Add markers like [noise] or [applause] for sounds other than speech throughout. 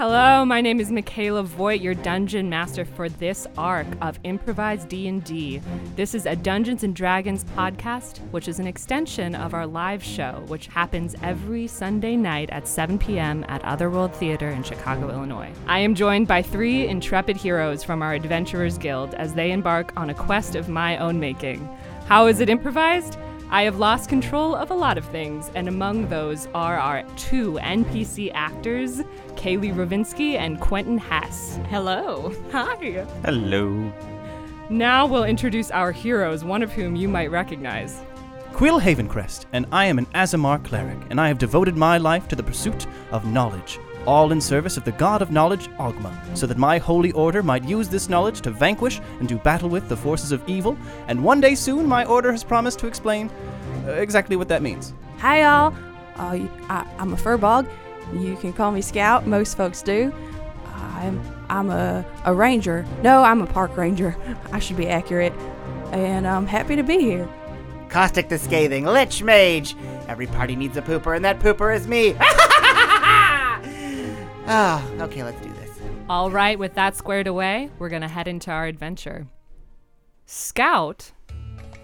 Hello, my name is Michaela Voigt, your dungeon master for this arc of improvised D&D. This is a Dungeons and Dragons podcast, which is an extension of our live show, which happens every Sunday night at 7 p.m. at Otherworld Theater in Chicago, Illinois. I am joined by three intrepid heroes from our Adventurers Guild as they embark on a quest of my own making. How is it improvised? I have lost control of a lot of things, and among those are our two NPC actors, Kaylee Rovinsky and Quentin Hess. Hello. Hi. Hello. Oh, Now we'll introduce our heroes, one of whom you might recognize. Quill Havencrest, and I am an Azamar cleric, and I have devoted my life to the pursuit of knowledge, all in service of the god of knowledge, Ogma, so that my holy order might use this knowledge to vanquish and do battle with the forces of evil, and one day soon my order has promised to explain uh, exactly what that means. Hi, y'all. Uh, y- I, am a furbog. You can call me Scout. Most folks do. I'm I'm a, a ranger. No, I'm a park ranger. [laughs] I should be accurate. And I'm happy to be here. Caustic the Scathing, Lich Mage! Every party needs a pooper, and that pooper is me! [laughs] Ah, okay, let's do this. All right, with that squared away, we're going to head into our adventure. Scout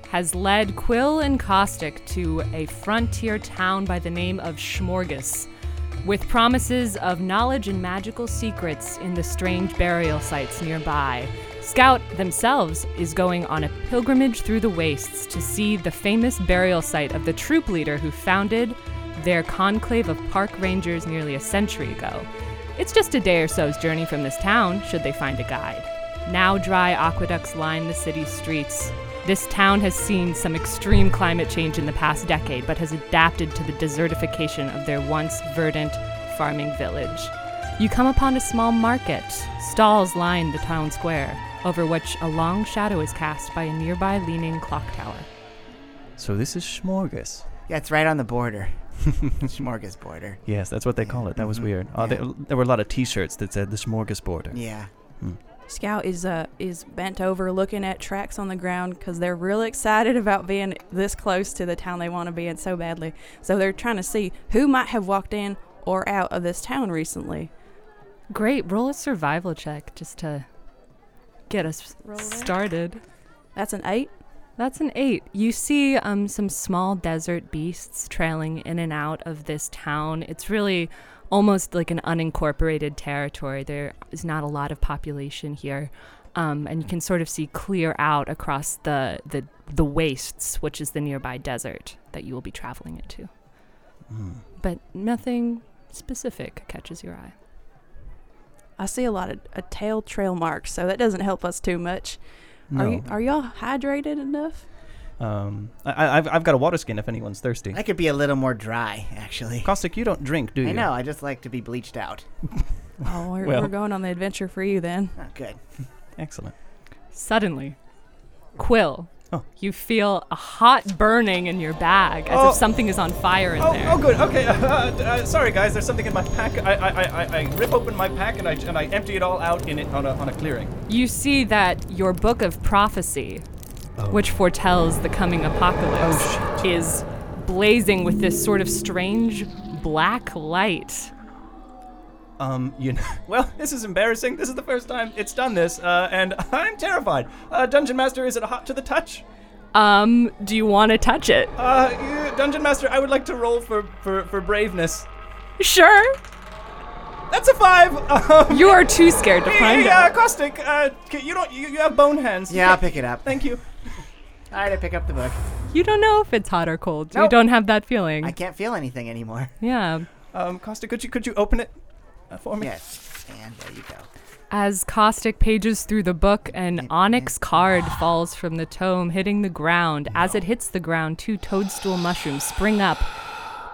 has led Quill and Caustic to a frontier town by the name of Schmorgus, with promises of knowledge and magical secrets in the strange burial sites nearby. Scout themselves is going on a pilgrimage through the wastes to see the famous burial site of the troop leader who founded their conclave of park rangers nearly a century ago. It's just a day or so's journey from this town, should they find a guide. Now dry aqueducts line the city's streets. This town has seen some extreme climate change in the past decade, but has adapted to the desertification of their once verdant farming village. You come upon a small market. Stalls line the town square, over which a long shadow is cast by a nearby leaning clock tower. So this is Schmorgus. Yeah, it's right on the border. [laughs] Schmorgas border. Yes, that's what they call it. That was Mhm. weird. Uh, Yeah. there, there were a lot of T-shirts that said the Smorgas border. Yeah. Scout is uh is bent over looking at tracks on the ground because they're really excited about being this close to the town they want to be in so badly. So they're trying to see who might have walked in or out of this town recently. Great, roll a survival check just to get us Roll that. started. That's an eight. That's an eight. You see um, some small desert beasts trailing in and out of this town. It's really almost like an unincorporated territory. There is not a lot of population here. Um, and you can sort of see clear out across the, the, the wastes, which is the nearby desert that you will be traveling into. Hmm. But nothing specific catches your eye. I see a lot of uh, tail trail marks, so that doesn't help us too much. Are No. you are y'all hydrated enough? um, I- I, I've, I've got a water skin if anyone's thirsty. I could be a little more dry, actually. Caustic, you don't drink, do you? I know, I just like to be bleached out. Oh, we're, Well. we're going on the adventure for you then. Oh, good. [laughs] Excellent. Suddenly, Quill, Oh. you feel a hot burning in your bag as Oh. if something is on fire in Oh, there. oh, good. Okay. [laughs] Uh, uh, sorry, guys. There's something in my pack. I, I, I- I, I rip open my pack and I, and I empty it all out in it on a, on a clearing. You see that your book of prophecy, Oh. which foretells the coming apocalypse, is blazing with this sort of strange black light. Um, you know. Well, this is embarrassing. This is the first time it's done this, uh, and [laughs] I'm terrified. Uh, Dungeon Master, is it hot to the touch? Um, do you want to touch it? Uh, yeah, Dungeon Master, I would like to roll for for, for braveness. Sure. That's a five. [laughs] Um, You are too scared to find yeah, out. caustic. Uh, c- you don't. You, you have bone hands. Yeah, I'll pick it [laughs] up. Thank you. Mm-hmm. Alright, I pick up the book. You don't know if it's hot or cold. You Nope. don't have that feeling. I can't feel [laughs] anything anymore. yeah. Um, caustic, could you could you open it uh, for me? Yes. And there you go. As Caustic pages through the book, an onyx card falls from the tome, hitting the ground. As it hits the ground, two toadstool mushrooms spring up,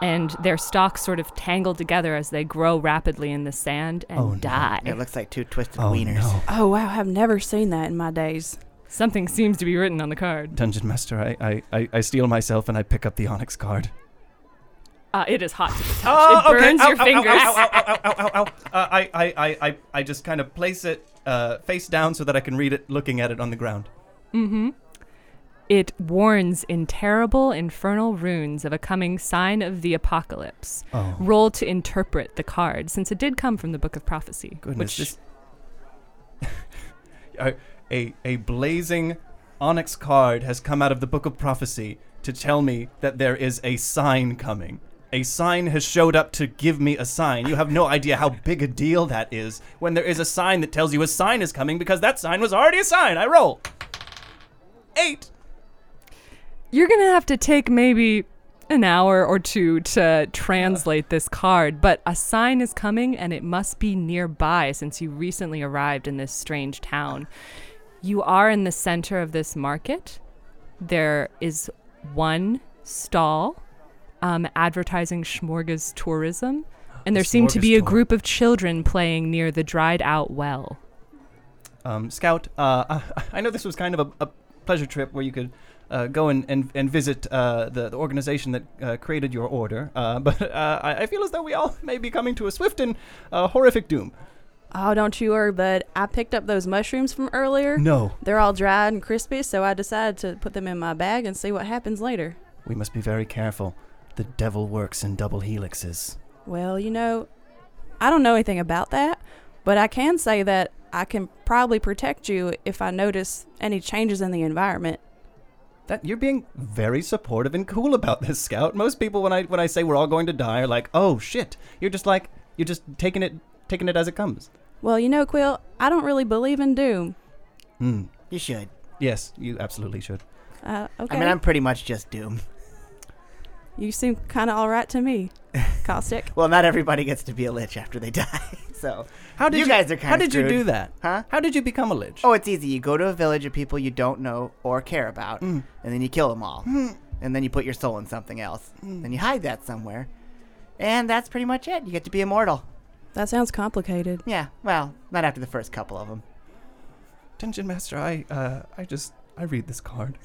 and their stalks sort of tangle together as they grow rapidly in the sand and die. It looks like two twisted wieners. Oh wow, I've never seen that in my days. Something seems to be written on the card. Dungeon Master, I, I, I, I steal myself and I pick up the Onyx card. Uh, it is hot to the touch. it burns your fingers. oh, Uh, I, I, I, I, I just kind of place it uh, face down so that I can read it looking at it on the ground. It warns in terrible infernal runes of a coming sign of the apocalypse. Oh. Roll to interpret the card, since it did come from the Book of Prophecy. Goodness, which this [laughs] a, a a blazing onyx card has come out of the book of prophecy to tell me that there is a sign coming. A sign has showed up to give me a sign. You have no idea how big a deal that is when there is a sign that tells you a sign is coming because that sign was already a sign. I roll. Eight. you're gonna have to take maybe an hour or two to translate this card, but a sign is coming and it must be nearby since you recently arrived in this strange town. You are in the center of this market. There is one stall um, advertising Schmorgas tourism, and there seem to be a Smorgasbord. group of children playing near the dried out well. Um, Scout, uh, [laughs] I- I know this was kind of a, a pleasure trip where you could uh, go and, and, and visit uh, the, the organization that uh, created your order, uh, [laughs] but uh, I, I feel as though we all [laughs] may be coming to a swift and uh, horrific doom. Oh, don't you worry, bud. I picked up those mushrooms from earlier. No. They're all dried and crispy, so I decided to put them in my bag and see what happens later. We must be very careful. The devil works in double helixes. Well, you know, I don't know anything about that, but I can say that I can probably protect you if I notice any changes in the environment. That you're being very supportive and cool about this, Scout. Most people, when I when I say we're all going to die, are like, "Oh shit!" You're just like you're just taking it taking it as it comes. Well, you know, Quill, I don't really believe in doom. Mm. You should. Yes, you absolutely should. Uh, okay. I mean, I'm pretty much just doomed. you seem kind of all right to [laughs] me, Caustic. Well, not everybody gets to be a lich after they die, [laughs] so. How did You you, guys are How kinda did screwed. you do that? Huh? How did you become a lich? Oh, it's easy. You go to a village of people you don't know or care about, Mm. and then you kill them all. And then you put your soul in something else. Mm. And you hide that somewhere. And that's pretty much it. You get to be immortal. That sounds complicated. Yeah, well, not after the first couple of them. Dungeon Master, I uh, I just I read this card.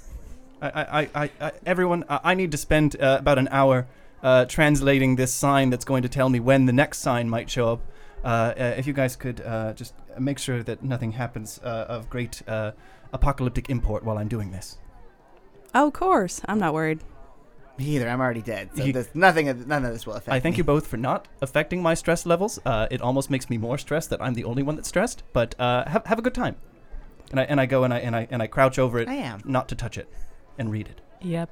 I I, I, I, I everyone, I, I need to spend uh, about an hour uh, translating this sign that's going to tell me when the next sign might show up. Uh, uh, if you guys could uh, just make sure that nothing happens uh, of great uh, apocalyptic import while I'm doing this. Oh, of course. I'm not worried. Me either. I'm already dead. So You- this, nothing, of- none of this will affect I thank me. you both for not affecting my stress levels. Uh, it almost makes me more stressed that I'm the only one that's stressed. But uh, have, have a good time. And I and I go and I and I and I crouch over it, I [laughs] am. not to touch it, and read it. Yep.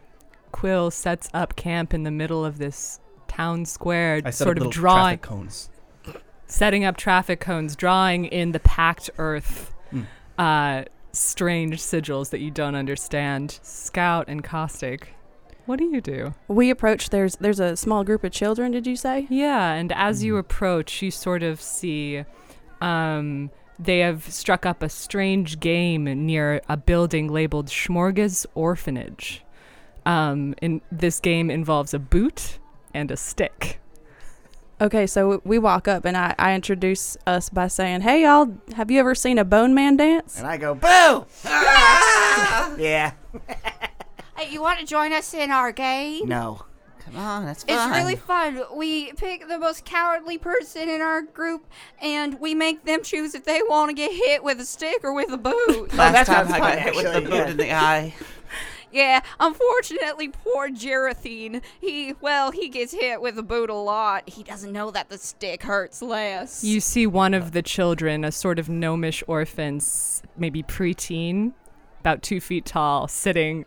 Quill sets up camp in the middle of this town square, I set sort up of little drawing, traffic cones. setting up traffic cones, drawing in the packed earth Mm. uh, strange sigils that you don't understand. Scout and Caustic, what do you do? We approach. There's there's a small group of children. Did you say? Yeah, and as you Mm. approach, you sort of see um, they have struck up a strange game near a building labeled Schmorgas Orphanage. Um, and this game involves a boot and a stick. Okay, so we walk up and I, I introduce us by saying, "Hey, y'all, have you ever seen a bone man dance?" And I go, [laughs] boo! Ah! yeah. Hey, you want to join us in our game? No. Come on, that's It's fun. really fun. We pick the most cowardly person in our group and we make them choose if they want to get hit with a stick or with a boot. that Last time sounds I Oh, fun, got hit with the actually, boot yeah. in the eye. yeah, unfortunately, poor Jerathine, he, well, he gets hit with a boot a lot. He doesn't know that the stick hurts less. You see one of the children, a sort of gnomish orphan, s- maybe preteen, about two feet tall, sitting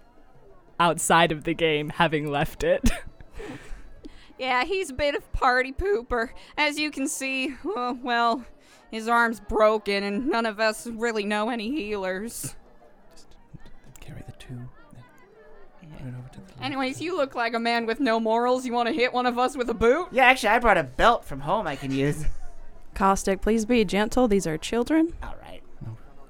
outside of the game, having left it. yeah, he's a bit of party pooper. As you can see, uh, well, his arm's broken and none of us really know any healers. Carry the two. then put it over to the left. Anyways, you look like a man with no morals. You want to hit one of us with a boot? Yeah, actually, I brought a belt from home I [laughs] can use. Caustic, please be gentle. These are children. All right.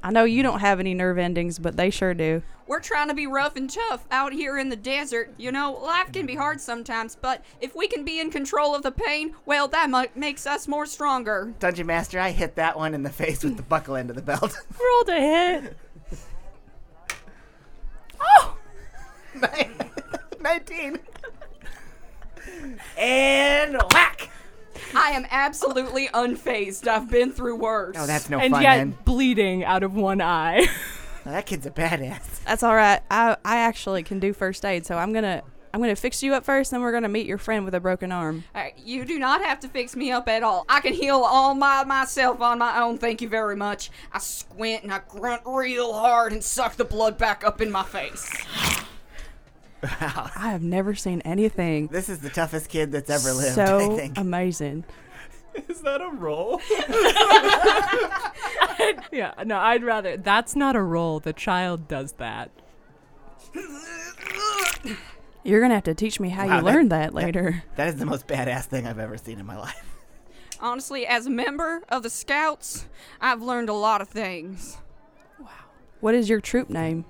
I know you don't have any nerve endings, but they sure do. We're trying to be rough and tough out here in the desert. You know, life can be hard sometimes, but if we can be in control of the pain, well, that mu- makes us more stronger. Dungeon Master, I hit that one in the face with the buckle end of the belt. [laughs] Roll to hit. 19. and whack! I am absolutely unfazed. I've been through worse. No, Oh, that's no and fun, yet man. bleeding out of one eye. [laughs] Now, that kid's a badass. That's all right. I I actually can do first aid, so I'm gonna I'm gonna fix you up first, then we're gonna meet your friend with a broken arm. All right, you do not have to fix me up at all. I can heal all my myself on my own. Thank you very much. I squint and I grunt real hard and suck the blood back up in my face. I have never seen anything This is the toughest kid that's ever lived, I so think. amazing. Is that a roll? Yeah, no, I'd rather. That's not a role. The child does that. You're gonna have to teach me how Wow, you that- learned that later. that is the most badass thing I've ever seen in my life. Honestly, as a member of the Scouts, I've learned a lot of things. What is your troop name?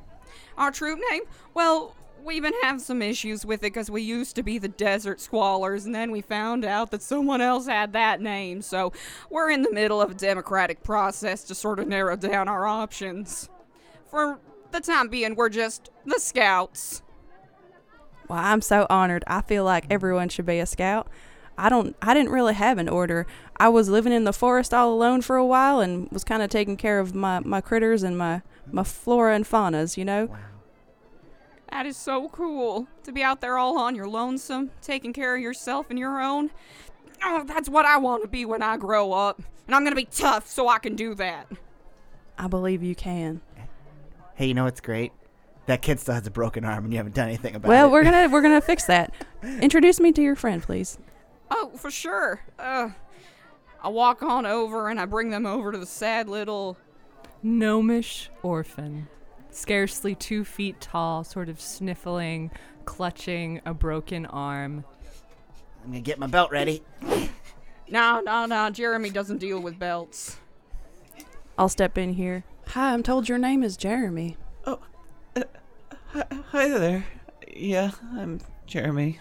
Our troop name? Well, we've been having some issues with it because we used to be the Desert Squallers, and then we found out that someone else had that name, so we're in the middle of a democratic process to sort of narrow down our options. For the time being, we're just the Scouts. Well, I'm so honored. I feel like everyone should be a scout. I don't I didn't really have an order. I was living in the forest all alone for a while and was kind of taking care of my, my critters and my my flora and faunas, you know? That is so cool to be out there all on your lonesome, taking care of yourself and your own. Oh, that's what I want to be when I grow up. And I'm going to be tough so I can do that. I believe you can. Hey, you know what's great? That kid still has a broken arm and you haven't done anything about Well, it. we're gonna we're gonna fix that. Introduce me to your friend, please. Oh, for sure. Uh, I walk on over and I bring them over to the sad little. Gnomish orphan, scarcely two feet tall, sort of sniffling, clutching a broken arm. I'm going to get my belt ready. No, no, no. Jeremy doesn't deal with belts. I'll step in here. Hi, I'm told your name is Jeremy. Hi there. Yeah, I'm Jeremy.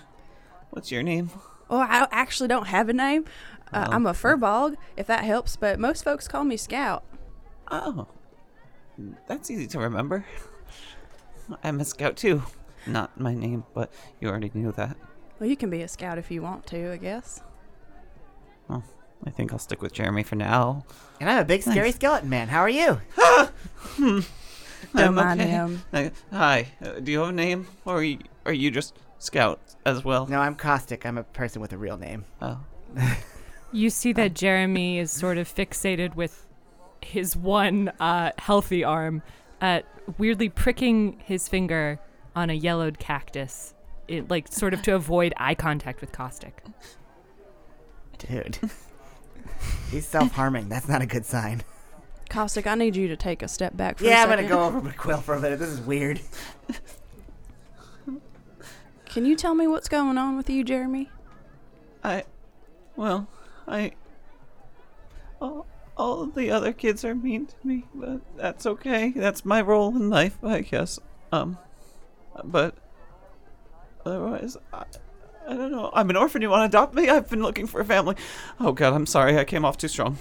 What's your name? Oh, I actually don't have a name. Uh, I'm a furbog, if that helps, but most folks call me Scout. Oh, that's easy to remember. I'm a scout too. Not my name, but you already knew that. Well, you can be a Scout if you want to, I guess. I think I'll stick with Jeremy for now. And I'm a big, scary Nice. skeleton man. How are you? Don't Um, I'm mind okay. him. Uh, hi. Uh, do you have a name, or are you, are you just scout as well? No, I'm caustic. I'm a person with a real name. Oh. You see that Jeremy is sort of fixated with his one uh, healthy arm, uh, weirdly pricking his finger on a yellowed cactus, it, like sort of to avoid eye contact with Caustic. [laughs] Dude. He's self harming. That's not a good sign. Caustic, I need you to take a step back for yeah, a I'm going second. to go over with Quill for a minute. This is weird. Can you tell me what's going on with you, Jeremy? I, well, I. All, all of the other kids are mean to me, but that's okay. That's my role in life, I guess. Um, but otherwise, I, I don't know. I'm an orphan. You want to adopt me? I've been looking for a family. Oh God, I'm sorry. I came off too strong.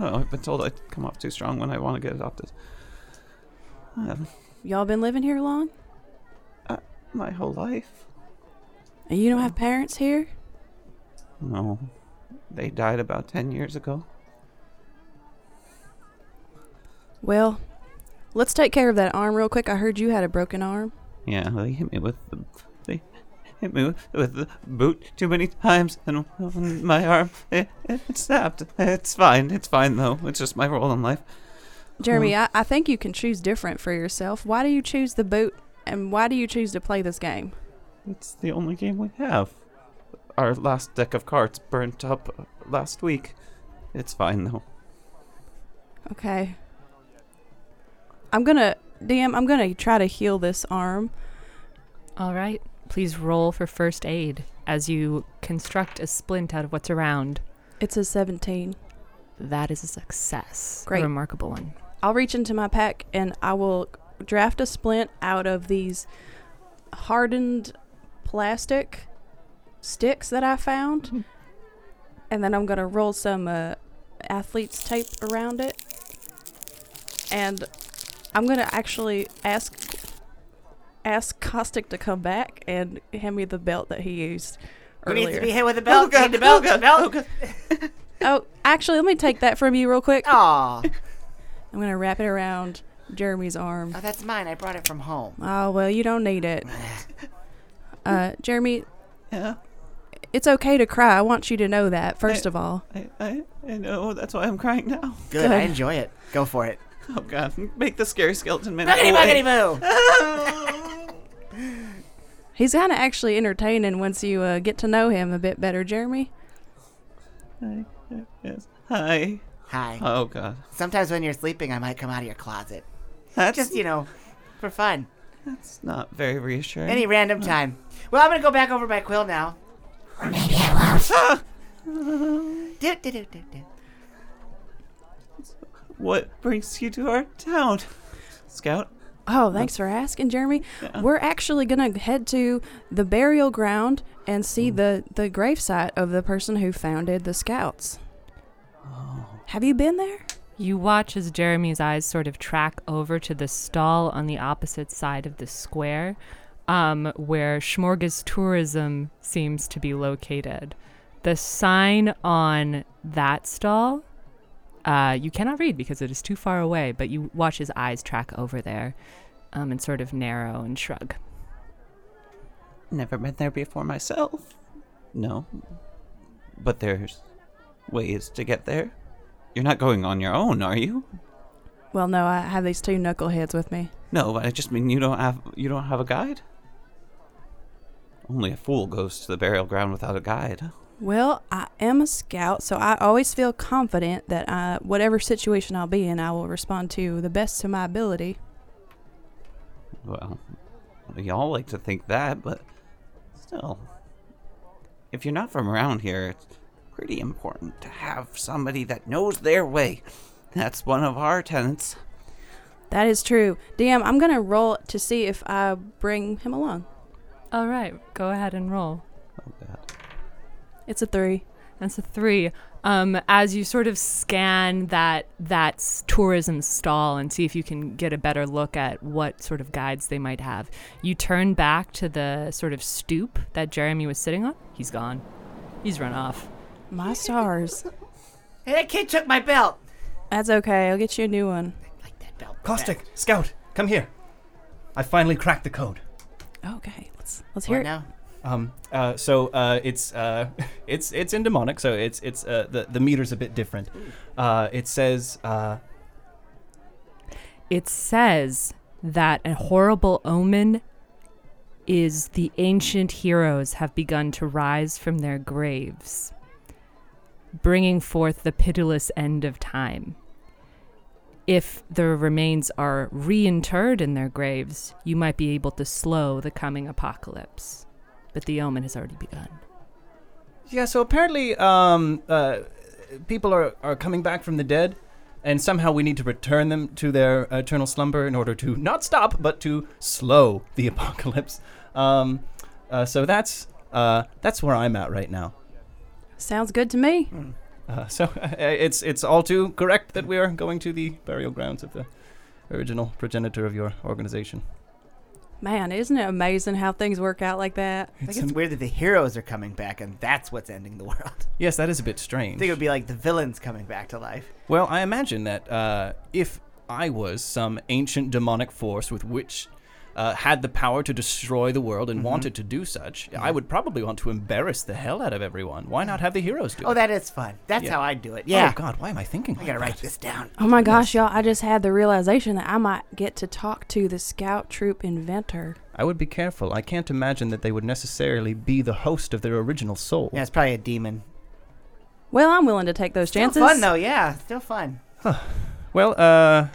Oh, I've been told I come off too strong when I want to get adopted. Um, Y'all been living here long? my whole life. And you don't have parents here? No, they died about ten years ago. Well, let's take care of that arm real quick. I heard you had a broken arm. Yeah, they hit me with the they hit me with the boot too many times, and on my arm it, it, it snapped. It's fine. It's fine though. It's just my role in life. Hmm. Jeremy, I, I think you can choose different for yourself. Why do you choose the boot and why do you choose to play this game? It's the only game we have. Our last deck of cards burnt up last week. It's fine though. Okay. I'm gonna DM, I'm gonna try to heal this arm. All right. Please roll for first aid as you construct a splint out of what's around. It's a seventeen. That is a success. Great. A remarkable one. I'll reach into my pack and I will draft a splint out of these hardened plastic sticks that I Hmm. found. and then I'm going to roll some uh, athlete's tape around it. And I'm going to actually ask ask Caustic to come back and hand me the belt that he used Who needs to be earlier. [laughs] hit with a belt? Need the belt? the belt? Oh, actually, let me take that from you real quick. Aw. I'm going to wrap it around Jeremy's arm. [laughs] Oh, that's mine. I brought it from home. Oh, well, you don't need it. Uh, Jeremy, Yeah, it's okay to cry. I want you to know that, first of all. I, I, I know. That's why I'm crying now. Good. I Good. enjoy it. Go for it. Oh God, make the scary skeleton man. Buggity go away. buggity boo. He's kind of actually entertaining once you uh, get to know him a bit better, Jeremy. Hi. Yes. Hi. Uh, Hi. Oh God. Sometimes when you're sleeping, I might come out of your closet. That's Just you know, for fun. that's not very reassuring. Any random time. Well, I'm gonna go back over my quill [laughs] now. Do, do, do, do, do. What brings you to our town, Scout? Oh, thanks for asking, Jeremy. We're actually going to head to the burial ground and see the the gravesite of the person who founded the Scouts. Have you been there? You watch as Jeremy's eyes sort of track over to the stall on the opposite side of the square, um, where Schmorga's Tourism seems to be located. The sign on that stall, uh, you cannot read because it is too far away, but you watch his eyes track over there um, and sort of narrow and shrug. Never been there before myself. No. But there's ways to get there. You're not going on your own, are you? Well, no, I have these two knuckleheads with me. No, I just mean you don't have you don't have a guide. Only a fool goes to the burial ground without a guide. Well, I am a scout, so I always feel confident that I, whatever situation I'll be in, I will respond to the best to my ability. Well, y'all like to think that, but still, if you're not from around here, it's pretty important to have somebody that knows their way. That's one of our tenets. That is true. DM, I'm going to roll to see if I bring him along. All right, go ahead and roll. Oh God. It's a three. That's a three. Um, as you sort of scan that that s- tourism stall and see if you can get a better look at what sort of guides they might have, you turn back to the sort of stoop that Jeremy was sitting on. He's gone. He's run off. My stars. Hey, that kid took my belt. That's okay. I'll get you a new one. Like that belt. Caustic, Scout, come here. I finally cracked the code. Okay, let's let's hear Here it. now. Um, uh, so uh, it's uh, [laughs] it's it's in demonic, so it's it's uh, the the meter's a bit different. Uh, it says uh, It says that a horrible omen is the ancient heroes have begun to rise from their graves, bringing forth the pitiless end of time. If their remains are reinterred in their graves, you might be able to slow the coming apocalypse. But the omen has already begun. yeah. So apparently, um, uh, people are are coming back from the dead, and somehow we need to return them to their eternal slumber in order to not stop, but to slow the [laughs] apocalypse. Um, uh, so that's uh, that's where I'm at right now. Sounds good to me. Mm. Uh, [laughs] so uh, it's it's all too correct that we are going to the burial grounds of the original progenitor of your organization. Man, isn't it amazing how things work out like that? I think it's weird that the heroes are coming back and that's what's ending the world. [laughs] Yes, that is a bit I strange. think it would be like the villains coming back to life. well, I imagine that uh, if I was some ancient demonic force with which uh, had the power to destroy the world Mm-hmm. and wanted to do such, I would probably want to embarrass the hell out of everyone. Why not have the heroes do Oh, it? that is fun. That's Yeah. how I do it. Yeah. Oh God, why am I thinking? I like gotta that? write this down. Oh my gosh, y'all! I just had the realization that I might get to talk to the scout troop inventor. I would be careful. I can't imagine that they would necessarily be the host of their original soul. Yeah, it's probably a demon. Well, I'm willing to take those chances. Still fun though, yeah. Still fun. Well, uh,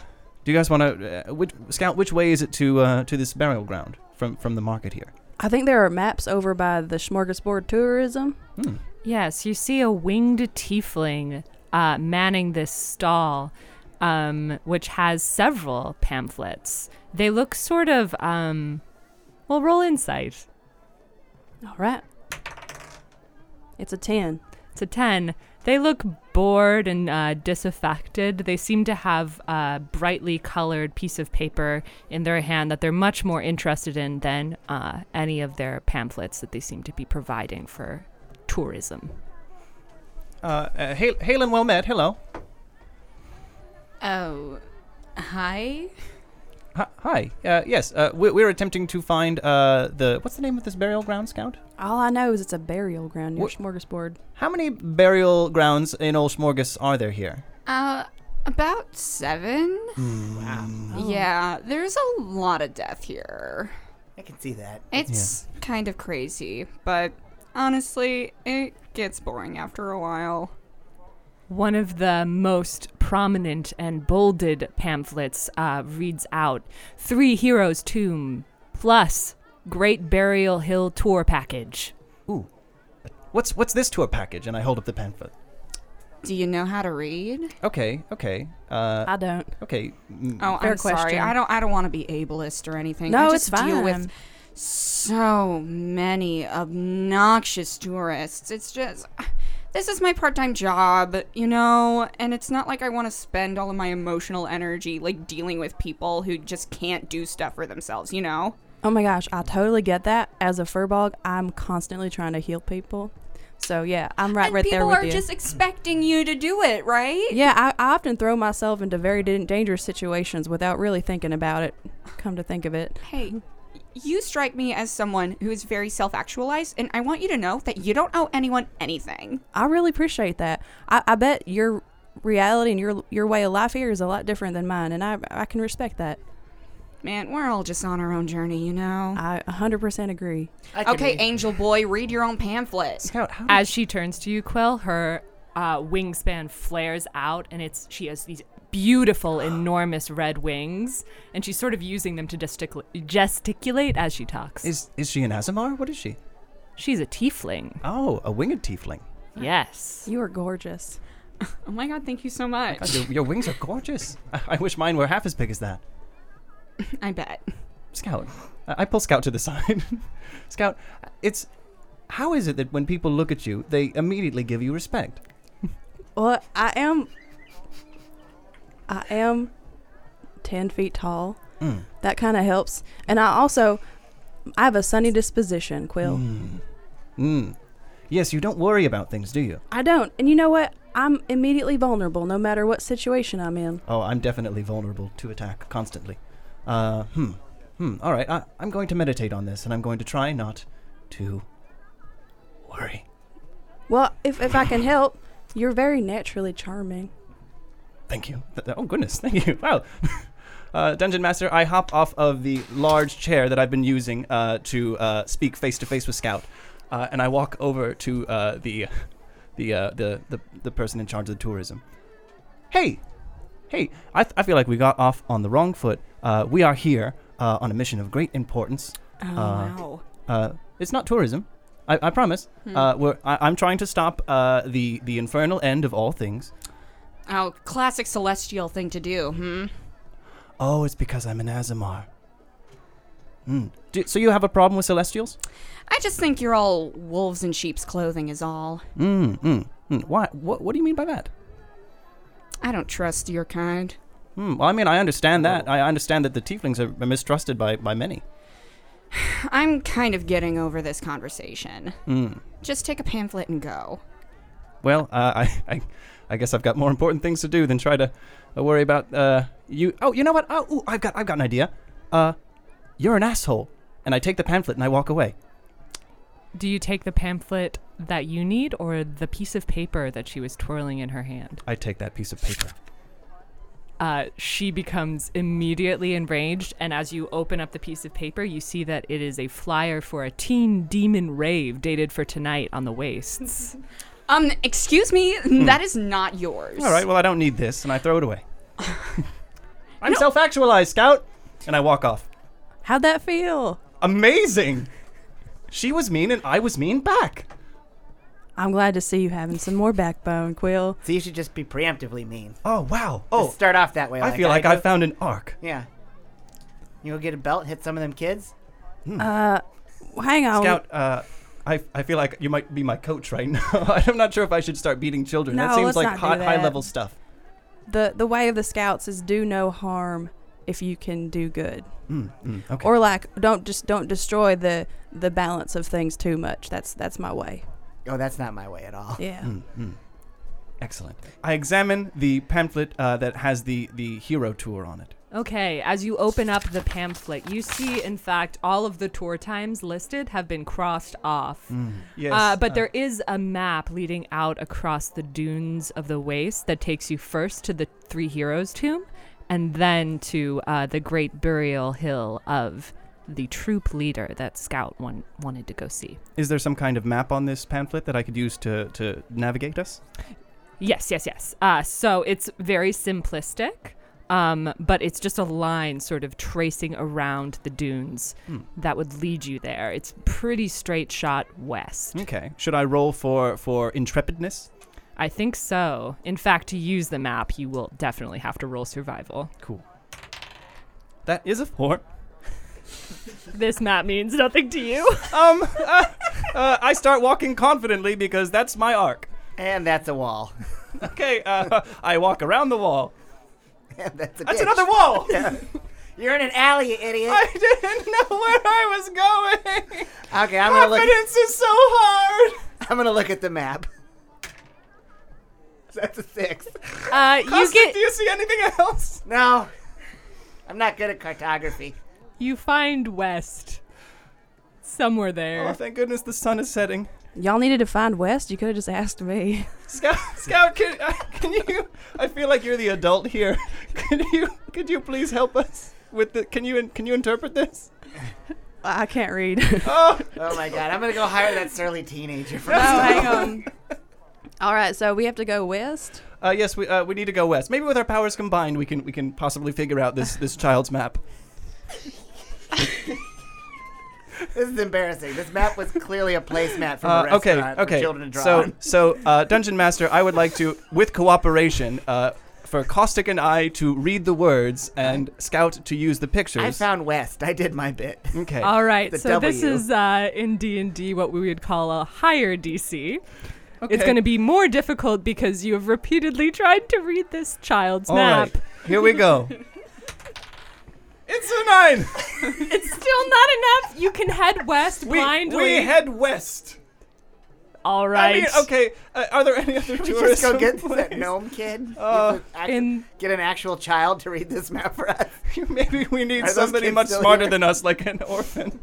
do you guys want to uh, which, scout? Which way is it to uh, to this burial ground from from the market here? I think there are maps over by the Smorgasbord Tourism. Hmm. Yes, you see a winged tiefling uh, manning this stall, um, which has several pamphlets. They look sort of, um, well, roll insight. All right. It's a 10. It's a 10. They look bored and uh, disaffected. They seem to have a brightly colored piece of paper in their hand that they're much more interested in than uh, any of their pamphlets that they seem to be providing for tourism. Uh, uh, Hal- Halen, well met. Hello. Oh, hi. Hi- Hi. Uh, yes, uh, we're, we're attempting to find uh, the. What's the name of this burial ground, Scout? All I know is it's a burial ground near Wh- Smorgasbord. How many burial grounds in Old Smorgas are there here? Uh, about seven. Yeah, there's a lot of death here. I can see that. It's kind of crazy, but honestly, it gets boring after a while. One of the most prominent and bolded pamphlets uh, reads out Three Heroes Tomb plus Great Burial Hill Tour Package. Ooh. What's what's this tour package? And I hold up the pamphlet. Do you know how to read? Okay, okay. Uh, I don't. okay. mm, Oh, Fair I'm sorry. question. I don't. I don't want to be ableist or anything. No, I it's just fine. deal with so many obnoxious tourists. It's just this is my part-time job, you know, and it's not like I want to spend all of my emotional energy like dealing with people who just can't do stuff for themselves, you know. Oh my gosh, I totally get that. As a furbog, I'm constantly trying to heal people. So yeah, I'm right, and right people there with are you. just expecting you to do it, right? yeah, I, I often throw myself into very dan- dangerous situations without really thinking about it. Come to think of it, Hey, you strike me as someone who is very self-actualized, and I want you to know that you don't owe anyone anything. I really appreciate that. I, I bet your reality and your your way of life here is a lot different than mine, and I I can respect that. Man, we're all just on our own journey, you know. I 100% agree. I can Okay, read. Angel Boy, read your own pamphlet. Scout, how As she turns to you, Quill, her uh, wingspan flares out, and it's she has these [gasps] beautiful, enormous red wings, and she's sort of using them to gesticul- gesticulate as she talks. is is she an Azamar? What is she? She's a tiefling. Oh, a winged tiefling. Yes. You are gorgeous. Oh my god, thank you so much. God, Uh, your, your wings are gorgeous. [laughs] I, I wish mine were half as big as that. I bet. Scout, I I pull Scout to the [laughs] side. Scout, it's how is it that when people look at you, they immediately give you respect? Well, I am. I am 10 feet tall. That kind of helps. And I also. I have a sunny disposition, Quill. Mm. Yes, you don't worry about things, do you? I don't. And you know what? I'm immediately vulnerable no matter what situation I'm in. Oh, I'm definitely vulnerable to attack constantly. Uh, hmm. Hmm. All right, I, I'm going to meditate on this, and I'm going to try not to worry. Well, if, if I can help, you're very naturally charming. Thank you. Th- th- oh, goodness. Thank you. Wow. [laughs] Uh, Dungeon Master, I hop off of the large chair that I've been using uh, to uh, speak face to face with Scout, uh, and I walk over to uh, the, the, uh, the the the person in charge of the tourism. Hey, hey! I, th- I feel like we got off on the wrong foot. Uh, we are here uh, on a mission of great importance. Oh, Uh, wow. Hmm. Uh, it's not tourism. I, I promise. Uh, we're, I, I'm trying to stop uh, the the infernal end of all things. Oh, classic celestial thing to do, hmm? Oh, it's because I'm an Azamar. Hmm. Do, so you have a problem with Celestials? I just think you're all wolves in sheep's clothing, is all. Mm, mm, mm. Why? What, what do you mean by that? I don't trust your kind. Hmm. Well, I mean, I understand that. I understand that the Tieflings are mistrusted by, by many. I'm kind of getting over this conversation. Mm. Just take a pamphlet and go. Well, uh, [laughs] I, I, I guess I've got more important things to do than try to uh, worry about uh, you. Oh, you know what? Oh, ooh, I've got, I've got an idea. Uh, you're an asshole. And I take the pamphlet and I walk away. Do you take the pamphlet that you need, or the piece of paper that she was twirling in her hand? I take that piece of paper. uh, she becomes immediately enraged. And as you open up the piece of paper, you see that it is a flyer for a teen demon rave dated for tonight on the wastes. Um, excuse me, that is not yours. Hmm. All right. Well, I don't need this, and I throw it away. I'm self-actualized, Scout, and I walk off. How'd that feel? Amazing. She was mean, and I was mean back. I'm glad to see you having some more backbone, Quill. So you should just be preemptively mean. Oh wow. Just Oh, start off that way. I feel like do. I found an arc. Yeah. You go get a belt, hit some of them kids. Uh, hang on. Scout, uh, I, I feel like you might be my coach right [laughs] now. I'm not sure if I should start beating children. that No, seems let's like not do hot, that. high level stuff. The, the way of the scouts is do no harm if you can do good. Mm, mm, okay. or like don't just don't destroy the the balance of things too much that's that's my way Oh, that's not my way at all. [laughs] yeah Mm, mm. Excellent. I examine the pamphlet uh, that has the, the hero tour on it. Okay, as you open up the pamphlet, you see, in fact, all of the tour times listed have been crossed off. Mm. Yes. Uh, but there is a map leading out across the dunes of the waste that takes you first to the Three Heroes tomb and then to uh, the great burial hill of the troop leader that Scout one- wanted to go see. Is there some kind of map on this pamphlet that I could use to, to navigate us? Yes, yes, yes. Uh, so it's very simplistic, um, but it's just a line sort of tracing around the dunes that would lead you there. It's pretty straight shot west. Okay. Should I roll for for intrepidness? I think so. In fact, to use the map, you will definitely have to roll survival. Cool. That is a four. This map means nothing to you. Um, uh, [laughs] uh, I start walking confidently because that's my arc. And that's a wall. [laughs] Okay. Uh, [laughs] I walk around the wall. And that's a That's ditch. another [laughs] wall. You're in an alley, you idiot. I didn't know where I was going. [laughs] [laughs] okay, I'm gonna look. Confidence is so [laughs] hard. I'm gonna look at the map. [laughs] That's a six. [laughs] Uh, you Austin, get Do you see anything [laughs] else? No, I'm not good at cartography. you find west somewhere Oh, there. thank goodness the sun is setting. Y'all needed to find West. You could have just asked me. Scout, [laughs] Scout, can, uh, can you? I feel like you're the adult here. [laughs] Could you, could you please help us with the? Can you, in- can you interpret this? [laughs] I I can't [laughs] read. Oh, Oh my god, I'm gonna go hire that surly [laughs] teenager for oh, hang on. All right, so we have to go west. uh, yes, we uh, we need to go west. Maybe with our powers combined, we can we can possibly figure out this this child's map. This is embarrassing. This map was clearly a placemat [laughs] from a Uh, okay, restaurant okay. for children to draw so on. so uh, dungeon master, I would like to, with cooperation, uh, for Caustic and I to read the words and Scout to use the pictures. I found West. I did my bit. [laughs] okay. All right, The so this W. is uh, in D and D what we would call a higher DC. It's Okay. going to be more difficult because you have repeatedly tried to read this child's All map. right, here [laughs] we go. It's a nine. It's still not enough. You can head west We, blindly. we head west. All right. I mean, okay. Uh, are there any other Can we just tourists? go get that gnome kid? Uh, Act- In get an actual child to read this map for us. [laughs] Maybe we need Are those somebody kids much still smarter here? than us, like an orphan.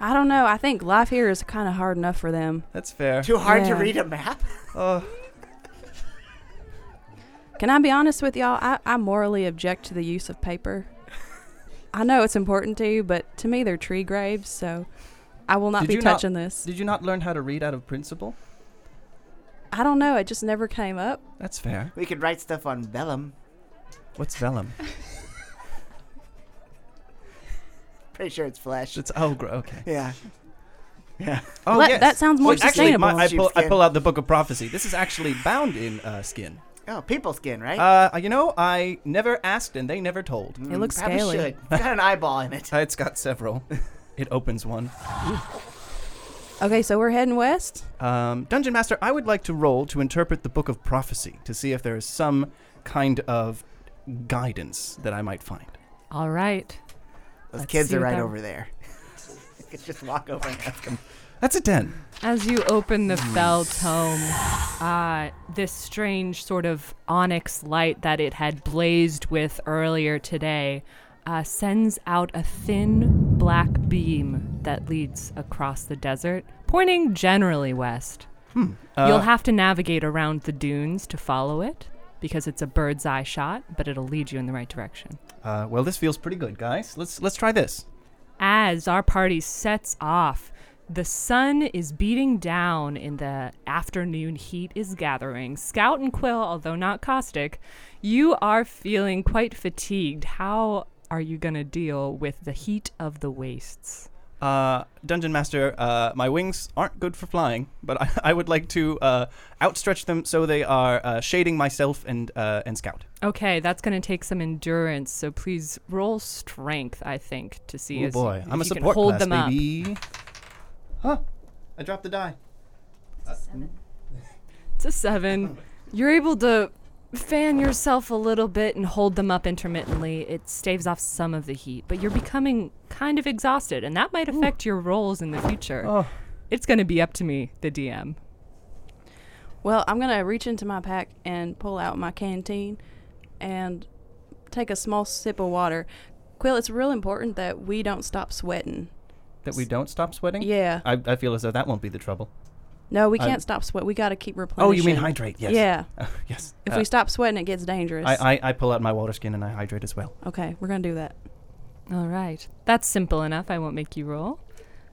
I don't know. I think life here is kind of hard enough for them. That's fair. Too hard Yeah. to read a map? Uh, Can I be honest with y'all? I, I morally object to the use of [laughs] paper. I know it's important to you, but to me, they're tree graves, so I will not Did be you not- touching this. did you not learn how to read out of principle? I don't know. It just never came up. That's fair. We could write stuff on vellum. What's vellum? Pretty sure it's flesh. It's ogre. Okay. yeah. Yeah. Oh Let- yes. That sounds more Wait, actually, my, I, sustainable. pull, I Sheepskin. pull out the Book of Prophecy. This is actually bound in uh, skin. Oh, people skin, right? Mm, Uh, you know, I never asked and they never told. it looks Probably scaly. should. It's got an eyeball [laughs] in it. Uh, It's got several. It opens one. Okay, so we're heading west. Um, Dungeon Master, I would like to roll to interpret the Book of Prophecy to see if there is some kind of guidance that I might find. all right. Those Let's kids see are what right that- over there. [laughs] I could just walk over and ask them. That's a 10. As you open the fell tome, uh, this strange sort of onyx light that it had blazed with earlier today uh, sends out a thin black beam that leads across the desert, pointing generally west. You'll Uh, have to navigate around the dunes to follow it because it's a bird's eye shot, but it'll lead you in the right direction. uh, well, this feels pretty good, guys. Let's let's try this. As our party sets off, the sun is beating down in the afternoon heat is gathering. Scout and Quill, although not caustic, you are feeling quite fatigued. How are you going to deal with the heat of the wastes? Uh, Dungeon Master, uh, my wings aren't good for flying, but I, [laughs] I would like to uh, outstretch them so they are uh, shading myself and uh, and Scout. Okay, that's going to take some endurance, so please roll strength, I think, to see as- if Oh, I'm you can a support hold class, them up. baby. Huh? I dropped the die. It's a seven. You're able to fan yourself a little bit and hold them up intermittently. It staves off some of the heat, but you're becoming kind of exhausted, and that might affect your roles in the future. Oh. It's going to be up to me, the DM. Well, I'm going to reach into my pack and pull out my canteen and take a small sip of water. Quill, it's real important that we don't stop sweating. That we don't stop sweating? Yeah. I, I feel as though that won't be the trouble. No, we I- can't stop sweat. We got to keep replenishing. Oh, you mean hydrate? Yes. Yeah. [laughs] Uh, yes. If Uh, we stop sweating, it gets dangerous. I, I, I pull out my water skin and I hydrate as well. okay, we're going to do that. All right. That's simple enough. I won't make you roll.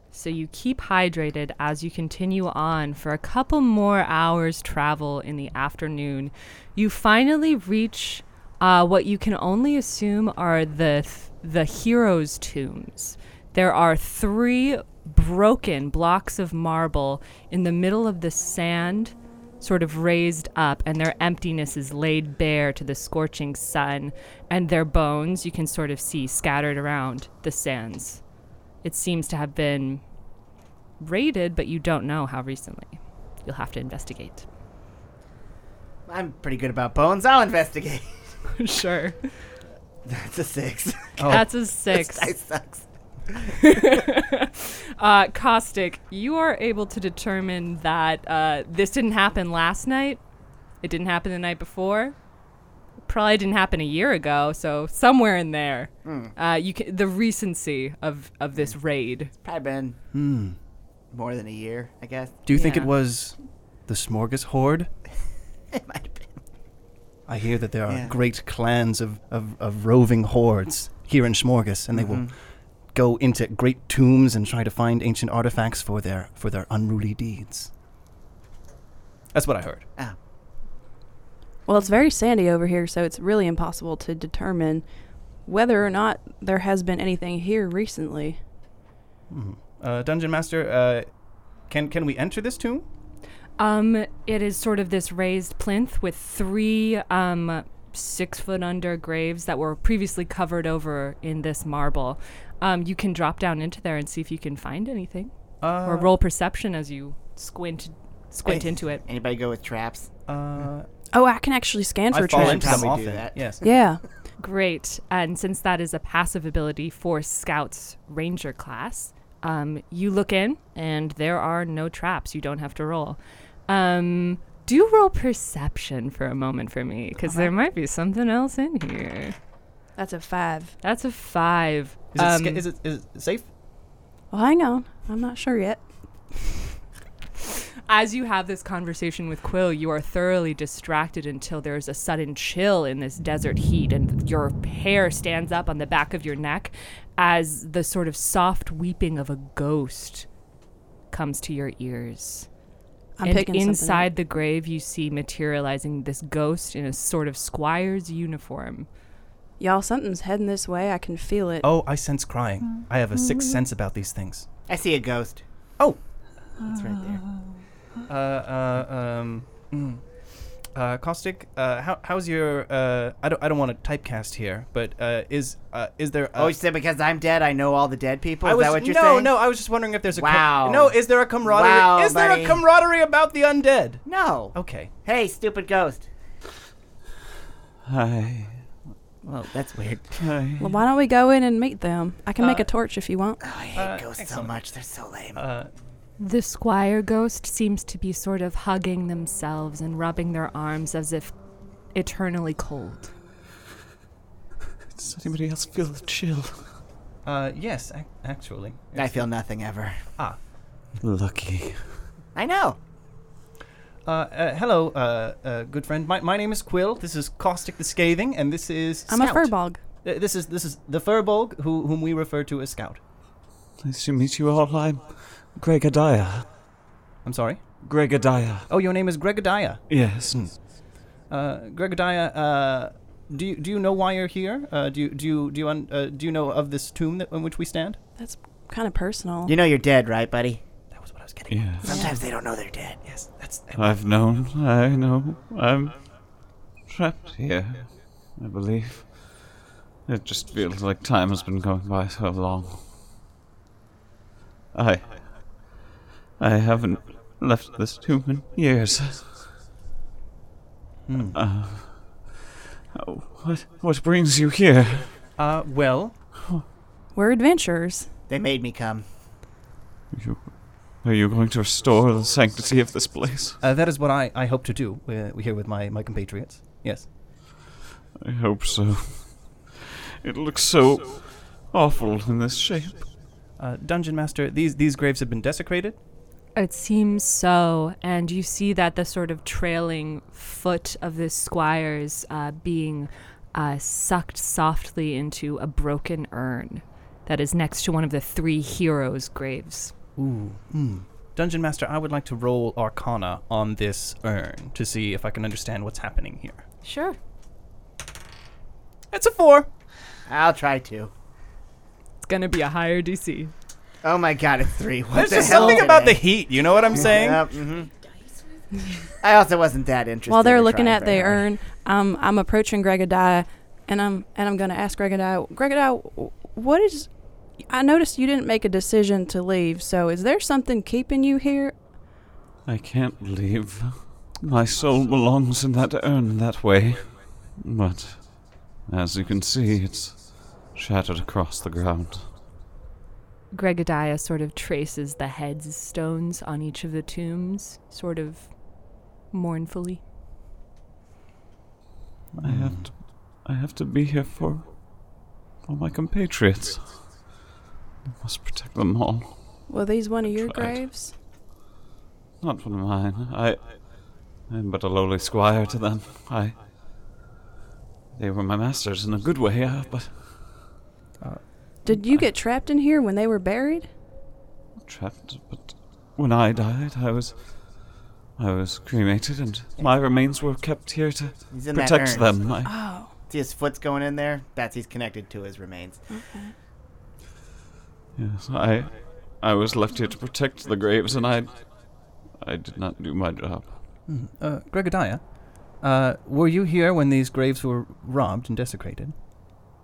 So you keep hydrated as you continue on for a couple more hours travel in the afternoon. You finally reach uh, what you can only assume are the th- the heroes' tombs. There are three broken blocks of marble in the middle of the sand sort of raised up and their emptiness is laid bare to the scorching sun and their bones you can sort of see scattered around the sands it seems to have been raided but you don't know how recently you'll have to investigate [laughs] I'm pretty good about bones. I'll investigate. [laughs] sure That's a six. [laughs] [laughs] Oh. that's a six Dice sucks. uh, caustic you are able to determine that uh, this didn't happen last night it didn't happen the night before probably didn't happen a year ago so somewhere in there uh, you ca the recency of, of this raid Probably been Hmm. more than a year, I guess. [laughs] Do you think it Yeah. was the Smorgasbord? It might have been. I hear that there are Yeah. great clans of, of, of roving hordes here in Smorgas, and they will Mm-hmm. go into great tombs and try to find ancient artifacts for their for their unruly deeds. That's what I heard. Oh. Well, it's very sandy over here, so it's really impossible to determine whether or not there has been anything here recently. Uh, Dungeon Master, uh, can can we enter this tomb? Um, it is sort of this raised plinth with three um, six foot under graves that were previously covered over in this marble. Um, you can drop down into there and see if you can find anything, Uh, or roll perception as you squint squint Hey. into it. Anybody go with traps? Uh, Oh, I can actually scan I for fall traps. into traps. them Probably do often. that. Yes. Yeah. Great, and since that is a passive ability for Scouts Ranger class, um, you look in and there are no traps. You don't have to roll. Um, do roll perception for a moment for me, because Uh-huh. there might be something else in here. That's a five. That's a five. Is, it Um, sca- is it is it safe? Well, hang on. I'm not sure yet. as you have this conversation with Quill, you are thoroughly distracted until there is a sudden chill in this desert heat, and your hair stands up on the back of your neck as the sort of soft weeping of a ghost comes to your ears. I'm and picking something up. inside the grave, you see materializing this ghost in a sort of squire's uniform. Y'all, something's heading this way. I can feel it. Oh, I sense crying. I have a sixth sense about these things. I see a ghost. Oh. It's right there. Uh, uh, um, mm. uh, Caustic, uh, how, how's your? Uh, I don't, I don't want to typecast here, but uh, is, uh, is there? A, Oh, you said because I'm dead, I know all the dead people? I Is was, that what you're no, saying? No, I was just wondering if there's a. com- Wow. no, is there a camaraderie? Wow, is there buddy. a camaraderie about the undead? No. Okay. Hey, stupid ghost. Hi. Well, [laughs] that's weird. Hi. Well, why don't we go in and meet them? I can make Uh, a torch if you want. I hate Uh, ghosts excellent. so much. They're so lame. Uh, The squire ghost seems to be sort of hugging themselves and rubbing their arms as if eternally cold. Does anybody else feel the chill? uh, yes, ac- actually. Ah, I feel nothing ever. Lucky. I know. Uh, uh, hello, uh, uh, good friend. My, my name is Quill. This is Caustic the Scathing, and this is. I'm a Scout. furbog. Uh, This is this is the Furbolg, who, whom we refer to as Scout. Nice to meet you all. I'm Greg Adiah. I'm sorry. Greg Adiah. Oh, your name is Gregodiah. Yes. mm, Uh, Gregodiah, uh, do you do you know why you're here? Uh, do you do you do you un, uh, do you know of this tomb that, on which we stand? That's kind of personal. You know you're dead, right, buddy? That was what I was getting. Yes. Sometimes they don't know they're dead. Yes, that's. I've known. I know. I'm trapped here, I believe. It just feels like time has been going by so long. I. I haven't left this tomb in years. Hmm. Uh, oh, what, what brings you here? Uh, well, We're adventurers. They made me come. You, are you going to restore the sanctity of this place? uh, that is what I, I hope to do. Uh, here with my my compatriots. Yes. I hope so. It looks so awful in this shape. Uh, Dungeon Master, these, these graves have been desecrated. It seems so, and you see that the sort of trailing foot of this squire's uh, being uh, sucked softly into a broken urn that is next to one of the three heroes' graves. Ooh. Mm. Dungeon Master, I would like to roll Arcana on this urn to see if I can understand what's happening here. Sure. That's a four. I'll try to. It's gonna be a higher DC. Oh my god, it's three. What There's the just hell something about the today? heat. You know [laughs] what I'm saying? Yep, mhm. I also wasn't that interested. While they're in looking trying at the very hard. urn, um, I'm approaching Gregadiah, and I'm and I'm going to ask Gregadiah, Gregadiah, w- what is? I noticed you didn't make a decision to leave, so is there something keeping you here? I can't leave. My soul belongs in that urn that way. But as you can see, it's shattered across the ground. Gregadiah sort of traces the headstones on each of the tombs, sort of mournfully. I have to, I have to be here for, for my compatriots. I must protect them all. Well, these one of your Tried. graves? Not for mine. I, I am but a lowly squire to them. I. They were my masters in a good way, uh, but Did you get trapped in here when they were buried? trapped. But when I died, I was, I was cremated, and my remains were kept here to He's in that protect urn. them. I, Oh, See his foot's going in there. That's he's connected to his remains. yes, I, I was left here to protect the graves, and I, I did not do my job. Uh, Gregadiah, uh, were you here when these graves were robbed and desecrated?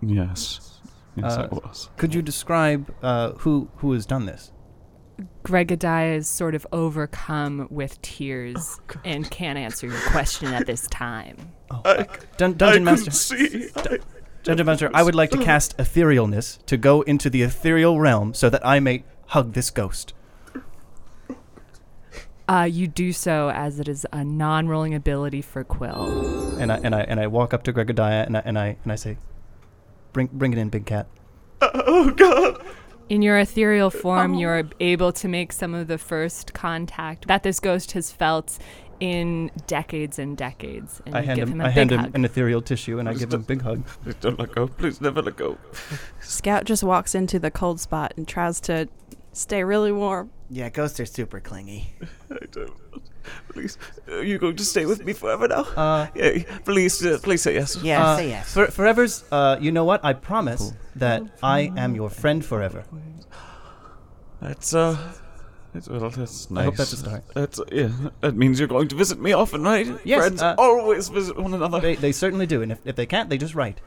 Yes, yes, Uh, I was. Could you describe uh, who who has done this? Gregadiah is sort of overcome with tears and can't answer your question at this time. Dun- Dungeon Master. see. Dungeon Master, I would like to cast etherealness to go into the ethereal realm so that I may hug this ghost. Uh, you do so as it is a non rolling ability for Quill. And I and I and I walk up to Gregadiah and I and I and I say, "Bring bring it in, big cat." In your ethereal form, you're able to make some of the first contact that this ghost has felt in decades and decades. And I you hand give him, him, a I big hand hug. him an uh, ethereal tissue and I give him a [laughs] big hug. Please don't let go. Please never let go. Scout just walks into the cold spot and tries to stay really warm. Yeah, ghosts are [laughs] super clingy. I don't. Please, are you going to stay with me forever now? yeah, please, uh, please say yes. Yeah, Uh, say yes. For, forever's, uh, you know what? I promise that I am your friend forever. That's uh, that's, well, that's nice. I hope that's a start. That's yeah. That means you're going to visit me often, right? Yes, Friends uh, always visit one another. They, they certainly do, and if, if they can't, they just write.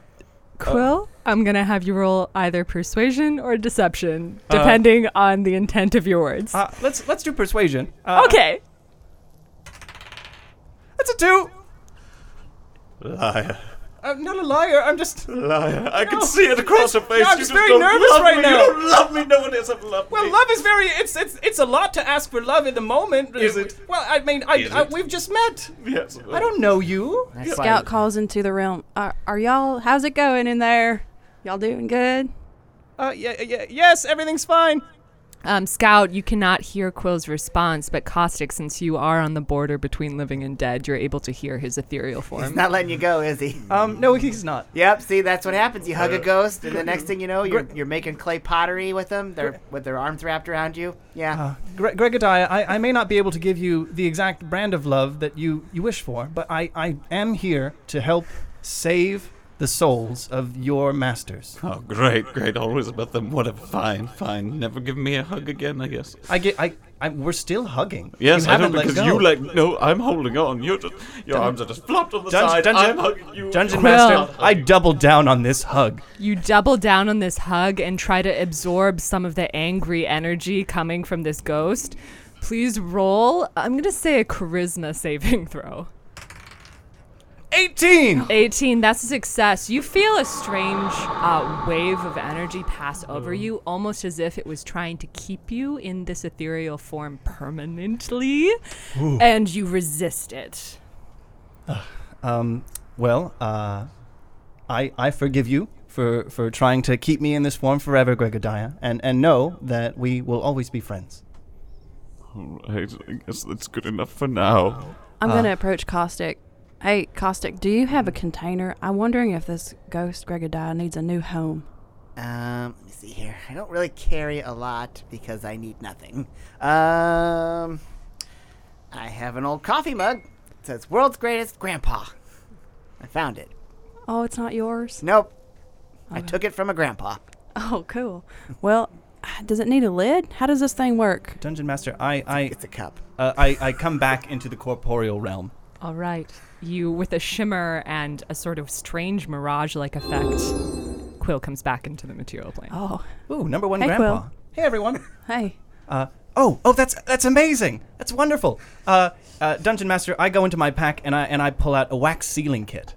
Quill, I'm going to have you roll either persuasion or deception, depending on the intent of your words. Uh, let's let's do persuasion. Uh, okay. Oh, that's a two. liar, I'm not a liar. I'm just liar! I can No. see it across her face. no, I'm you just just very don't nervous love right me. now. You don't love me. No one else ever loved me. is very. It's it's it's a lot to ask for love in the moment. Is it? Well, I mean, I, Is I- it? we've just met. Yes. know you. That's why- Scout calls into the realm. Are, are y'all? How's it going in there? Y'all doing good? Uh, yeah, yeah, yes, everything's fine. Um, Scout, you cannot hear Quill's response, but Caustic, since you are on the border between living and dead, you're able to hear his ethereal He's form. not letting you go, is he? Um, uh, no, he's not. Yep. See, that's what happens. You hug a ghost, and the next thing you know, you're you're making clay pottery with them. They're with their arms wrapped around you. Yeah. Uh, Gre- Gregadiah, I, I may not be able to give you the exact brand of love that you, you wish for, but I, I am here to help save the souls of your masters. Oh, great, great. Always about them. What a fine, fine. Never give me a hug again, I guess. I get, I, I we're still hugging. Yes, You I don't haven't let because go. you like no. I'm holding on. You're just your arms are just flopped on the Dungeon- side. dungeon- I'm hugging you. Dungeon Quill. Master, I double down on this hug. You double down on this hug and try to absorb some of the angry energy coming from this ghost. Please roll, I'm going to say a charisma saving throw. 18! 18, that's a success. You feel a strange uh, wave of energy pass over you, almost as if it was trying to keep you in this ethereal form permanently, and you resist it. Um, well, uh, I, I forgive you for, for trying to keep me in this form forever, Gregodiah, and, and know that we will always be friends. All right, I guess that's good enough for now. I'm Uh. gonna approach Caustic. Hey, Caustic, do you have a container? I'm wondering if this ghost Gregodiah needs a new home. Um, let me see here. I don't really carry a lot because I need nothing. Um, I have an old coffee mug. It says "World's Greatest Grandpa." I found it. Oh, it's not yours. [laughs] Nope, I took it from a grandpa. Oh, cool. Well, does it need a lid? How does this thing work? Dungeon Master, I, I, It's a cup. uh, I, I come back into the corporeal realm. All right. You, with a shimmer and a sort of strange mirage like effect, Quill comes back into the material plane. Oh, Ooh, number one Hey, grandpa. Quill. Hey, everyone. hey. Uh, oh, oh, that's that's amazing. That's wonderful. Uh, uh, Dungeon Master, I go into my pack and I and I pull out a wax sealing kit.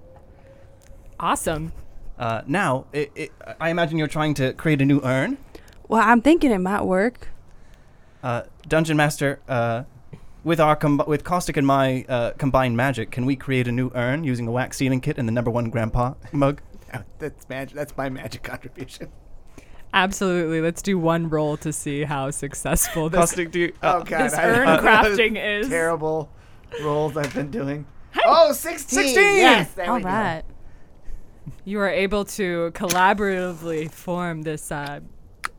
Awesome. Uh, now, it, it, I imagine you're trying to create a new urn. Well, I'm thinking it might work. Uh, Dungeon Master, uh, with our com- with Caustic and my uh, combined magic, can we create a new urn using a wax sealing kit and the number one grandpa [laughs] mug? Oh, That's magic. That's my magic [laughs] contribution. Absolutely. Let's do one roll to see how successful this, Caustic, do you, Oh uh, god, this I- [laughs] urn uh, crafting is. terrible rolls I've been doing. Oh, 16! 16! Yes, there All we go. right. You are able to collaboratively form this uh,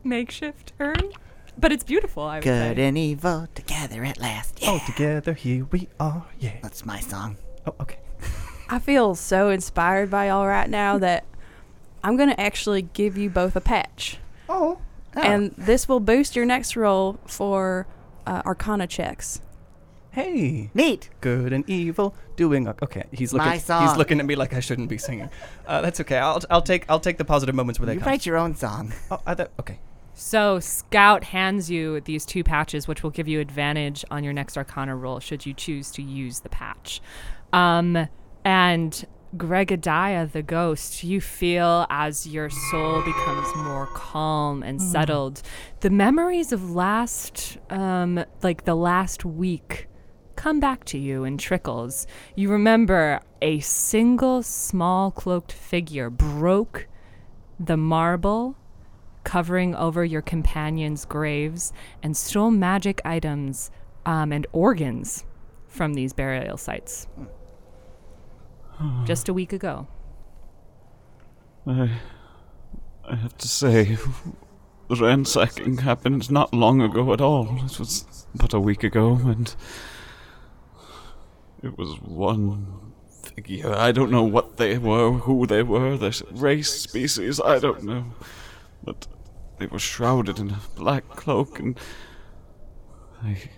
makeshift urn, but it's beautiful. I would Good say. and evil together at last. Yeah. All oh, together, here we are. Yeah. That's my song. Oh, okay. I feel so inspired by y'all right [laughs] now that I'm gonna actually give you both a patch, Oh. Ah, and this will boost your next roll for uh, Arcana checks. Hey. neat. Good and evil doing. a- Okay, he's looking. My He's song. looking at me like I shouldn't be singing. Uh, that's okay. I'll, I'll take I'll take the positive moments where they You come. write your own song. [laughs] Oh, I thought- okay. So Scout hands you these two patches, which will give you advantage on your next Arcana roll, should you choose to use the patch. Um, and Gregadiah the ghost, you feel as your soul becomes more calm and settled. The memories of last, um, like the last week, come back to you in trickles. You remember a single small cloaked figure broke the marble covering over your companions' graves and stole magic items um, and organs from these burial sites. Just a week ago. I, I have to say, the ransacking happened not long ago at all. It was but a week ago, and it was one figure. I don't know what they were, who they were, their race, species, I don't know. But they were shrouded in a black cloak, and they,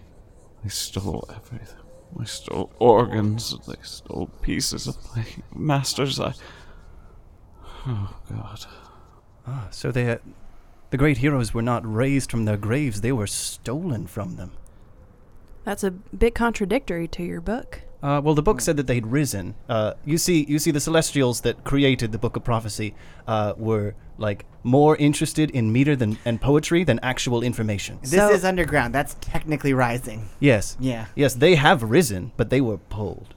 they stole everything. They stole organs, they stole pieces of my masters. I, oh, God. Ah, so they, uh, the great heroes were not raised from their graves; they were stolen from them. That's a bit contradictory to your book. Uh, well, the book Hmm. said that they'd risen. Uh, you see, you see, the Celestials that created the Book of Prophecy uh, were like more interested in meter than and poetry than actual information. This So- is underground. That's technically rising. Yes. Yeah. Yes, they have risen, but they were pulled.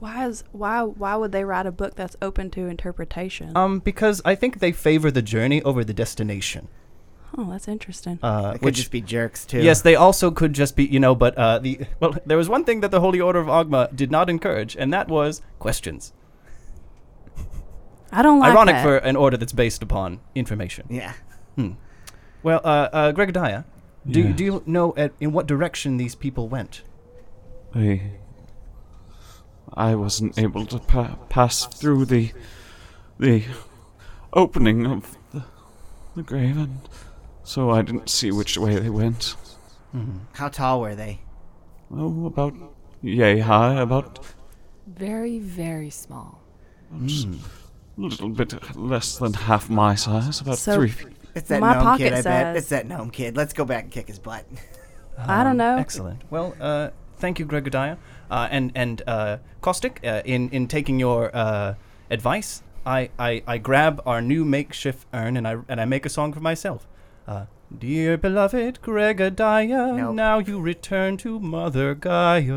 Why is why why would they write a book that's open to interpretation? Um, because I think they favor the journey over the destination. oh, that's interesting. Uh, It could which just be jerks, too. Yes, they also could just be, you know, but uh, the well, there was one thing that the Holy Order of Ogma did not encourage, and that was questions. I don't like Ironic that. for an order that's based upon information. Yeah. Well, uh, uh, Gregodiah, do you Yeah. do you know at, in what direction these people went? I, I wasn't able to pa- pass through the the opening of the, the grave, and so I didn't see which way they went. How tall were they? Oh, about yay high, about Very, very small. a little bit less than half my size, about So- three feet. It's that My gnome kid, pocket I bet. size. It's that gnome kid. Let's go back and kick his butt. [laughs] I don't know. um, Excellent. Well, uh, thank you, Gregodiah, uh, and and uh, Caustic. Uh, in in taking your uh, advice, I, I I grab our new makeshift urn and I and I make a song for myself. Uh, Dear beloved Gregodiah, Nope. now you return to Mother Gaia,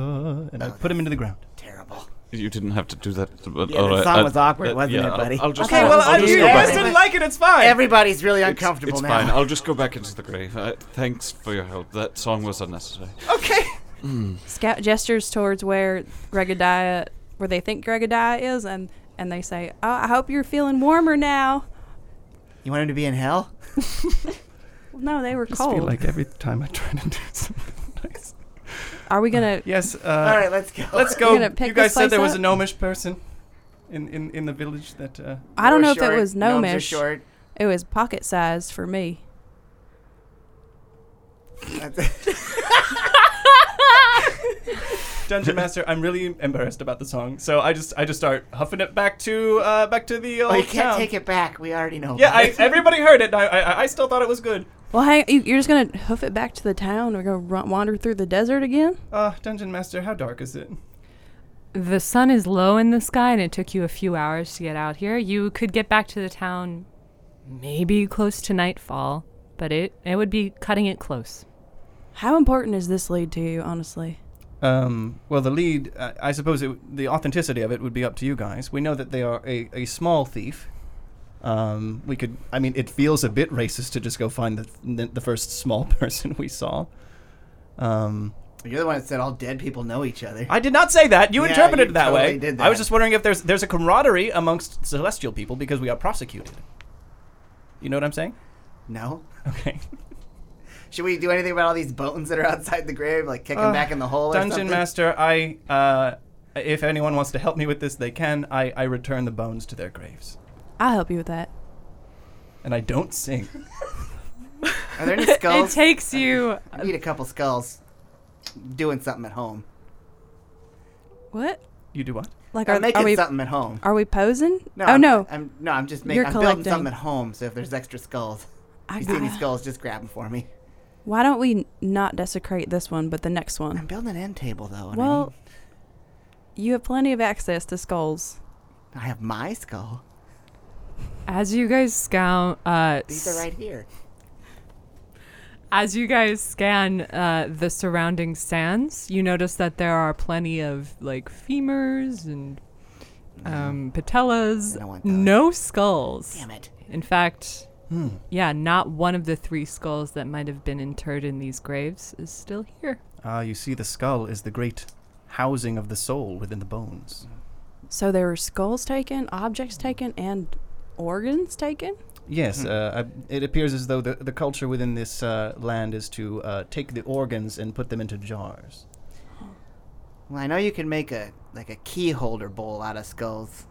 and I Oh, put him into the ground. Terrible. You didn't have to do that. But Yeah, all the right, song I- was awkward, uh, wasn't yeah, it, I'll- buddy? I'll, just Okay, go, well, I'll I- just you go guys back. didn't like it. It's fine. Everybody's really It's- uncomfortable it's now. fine. I'll just go back into the grave. Uh, thanks for your help. That song was unnecessary. okay. Scout gestures towards where Gregadiah, where they think Gregadiah is, and and they say, "Oh, I hope you're feeling warmer now." You want him to be in hell? No, they were Just cold. feel like every time I try to do something nice. Are we [laughs] gonna? Yes. Uh, All right, let's go. Let's You're go. gonna pick You guys this said there place was a up? gnomish person in, in, in the village that. Uh, I don't We're know if it short. was Gnomes are gnomish. Short. It was pocket sized for me. [laughs] Dungeon Master, I'm really embarrassed about the song, so I just I just start huffing it back to uh, back to the old Oh, you can't town. take it back. We already know. Yeah, I, about it. everybody heard it. And I, I I still thought it was good. Well, hang, you, you're just gonna hoof it back to the town. We're gonna run, wander through the desert again. Uh, Dungeon Master, how dark is it? The sun is low in the sky, and it took you a few hours to get out here. You could get back to the town maybe close to nightfall, but it, it would be cutting it close. How important is this lead to you, honestly? Um, well, the lead, uh, I suppose it, the authenticity of it would be up to you guys. We know that they are a, a small thief. Um, we could, I mean, it feels a bit racist to just go find the, the, the first small [laughs] person we saw. Um, You're the one that said all dead people know each other. I did not say that. You Yeah, interpreted you it that way. totally did I was that. just wondering if there's there's a camaraderie amongst celestial people because we are prosecuted. You know what I'm saying? no. [laughs] Okay. Should we do anything about all these bones that are outside the grave? Like kick them Uh, back in the hole or Dungeon something? Master, I uh, if anyone wants to help me with this, they can. I, I return the bones to their graves. I'll help you with that. And I don't sing. Are there any skulls? takes you. I need a couple skulls. Doing something at home. What? You do what? Like, I'm are, making are we something at home. are we posing? No, oh I'm, no, I'm no, I'm just making. You're I'm collecting. building something at home. So if there's extra skulls, I if you see any got- skulls, just grab them for me. Why don't we not desecrate this one, but the next I'm one? building an end table though. And Well- I, need- You have plenty of access to skulls. I have my skull. As you guys scout, uh, These are right here. As you guys scan uh, the surrounding sands, you notice that there are plenty of like femurs and um, patellas. I don't want those. No skulls. Damn it. In fact, Hmm. yeah, not one of the three skulls that might have been interred in these graves is still here. Ah, you see, the skull is the great housing of the soul within the bones. So there were skulls taken, objects taken, and organs taken. Yes, uh, I, it appears as though the, the culture within this uh, land is to uh, take the organs and put them into jars. Well, I know you can make a like a key holder bowl out of skulls.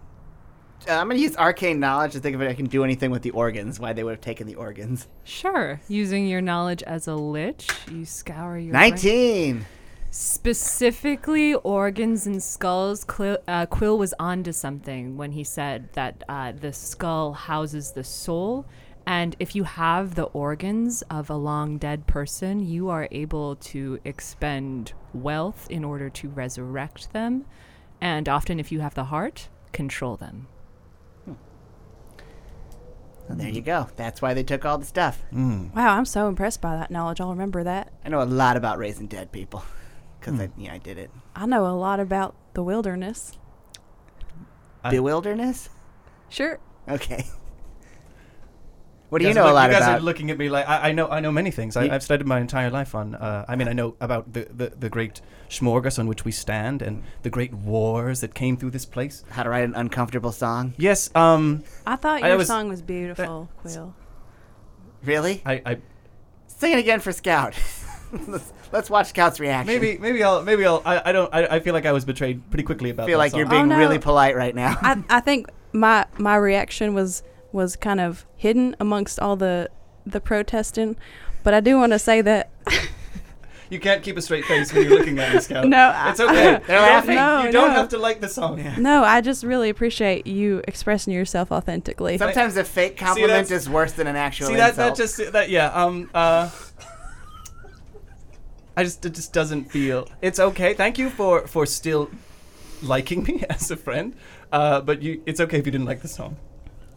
Uh, I'm gonna use arcane knowledge to think of it. I can do anything with the organs. Why they would have taken the organs? Sure. Using your knowledge as a lich, you scour your brain. Nineteen. Specifically, organs and skulls. Quill, uh, Quill was onto something when he said that uh, the skull houses the soul, and if you have the organs of a long dead person, you are able to expend wealth in order to resurrect them, and often, if you have the heart, control them. Well, there you go. That's why they took all the stuff. Wow, I'm so impressed by that knowledge. I'll remember that. I know a lot about raising dead people because I yeah I did it. I know a lot about the wilderness. I- Bewilderness. Sure. Okay. [laughs] What do you guys know look- a lot you guys about? are looking at me like I, I know. I know many things. I, You- I've studied my entire life on. Uh, I mean, I know about the, the, the great smorgas on which we stand and the great wars that came through this place. How to write an uncomfortable song? Yes. Um. I thought I your was- song was beautiful, Quill. Really? I. I Sing it again for Scout. [laughs] let's, let's watch Scout's reaction. maybe. Maybe I'll. Maybe I'll. I, I don't. I, I feel like I was betrayed pretty quickly about. I feel that like song. you're being Oh, no. really polite right now. I, I think my my reaction was was kind of hidden amongst all the the protesting, but I do want to say that You can't keep a straight face when you're looking at me, Scout. No, It's okay. They're You don't- laughing. No, you don't no. have to like the song. no, I just really appreciate you expressing yourself authentically. [laughs] Sometimes a fake that's- compliment is worse than an actual See that? That insult. just. That yeah. Um. Uh. I just. It just doesn't feel. It's okay. Thank you for for still liking me [laughs] as a friend. Uh. But you. It's okay if you didn't like the song.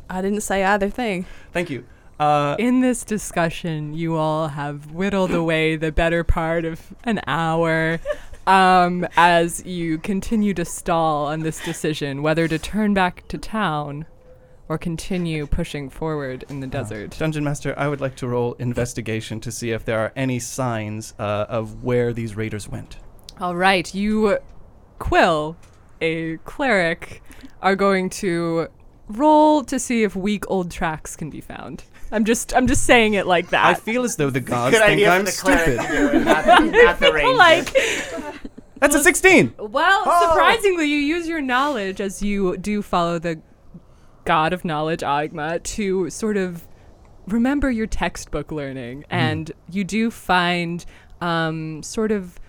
I didn't say either thing. Thank you. Uh. In this discussion, you all have whittled away the better part of an hour. um, as you continue to stall on this decision whether to turn back to town or continue pushing forward in the desert. Dungeon Master, I would like to roll investigation to see if there are any signs uh, of where these raiders went. All right, you, Quill, a cleric, are going to roll to see if weak old tracks can be found. I'm just, I'm just saying it like that. I feel as though the gods Good think idea I'm for the cleric to stupid. do it, [laughs] not, not the ranger. like, That's a 16! well, Oh! surprisingly, you use your knowledge as you do follow the god of knowledge, Agma, to sort of remember your textbook learning, and you do find um, sort of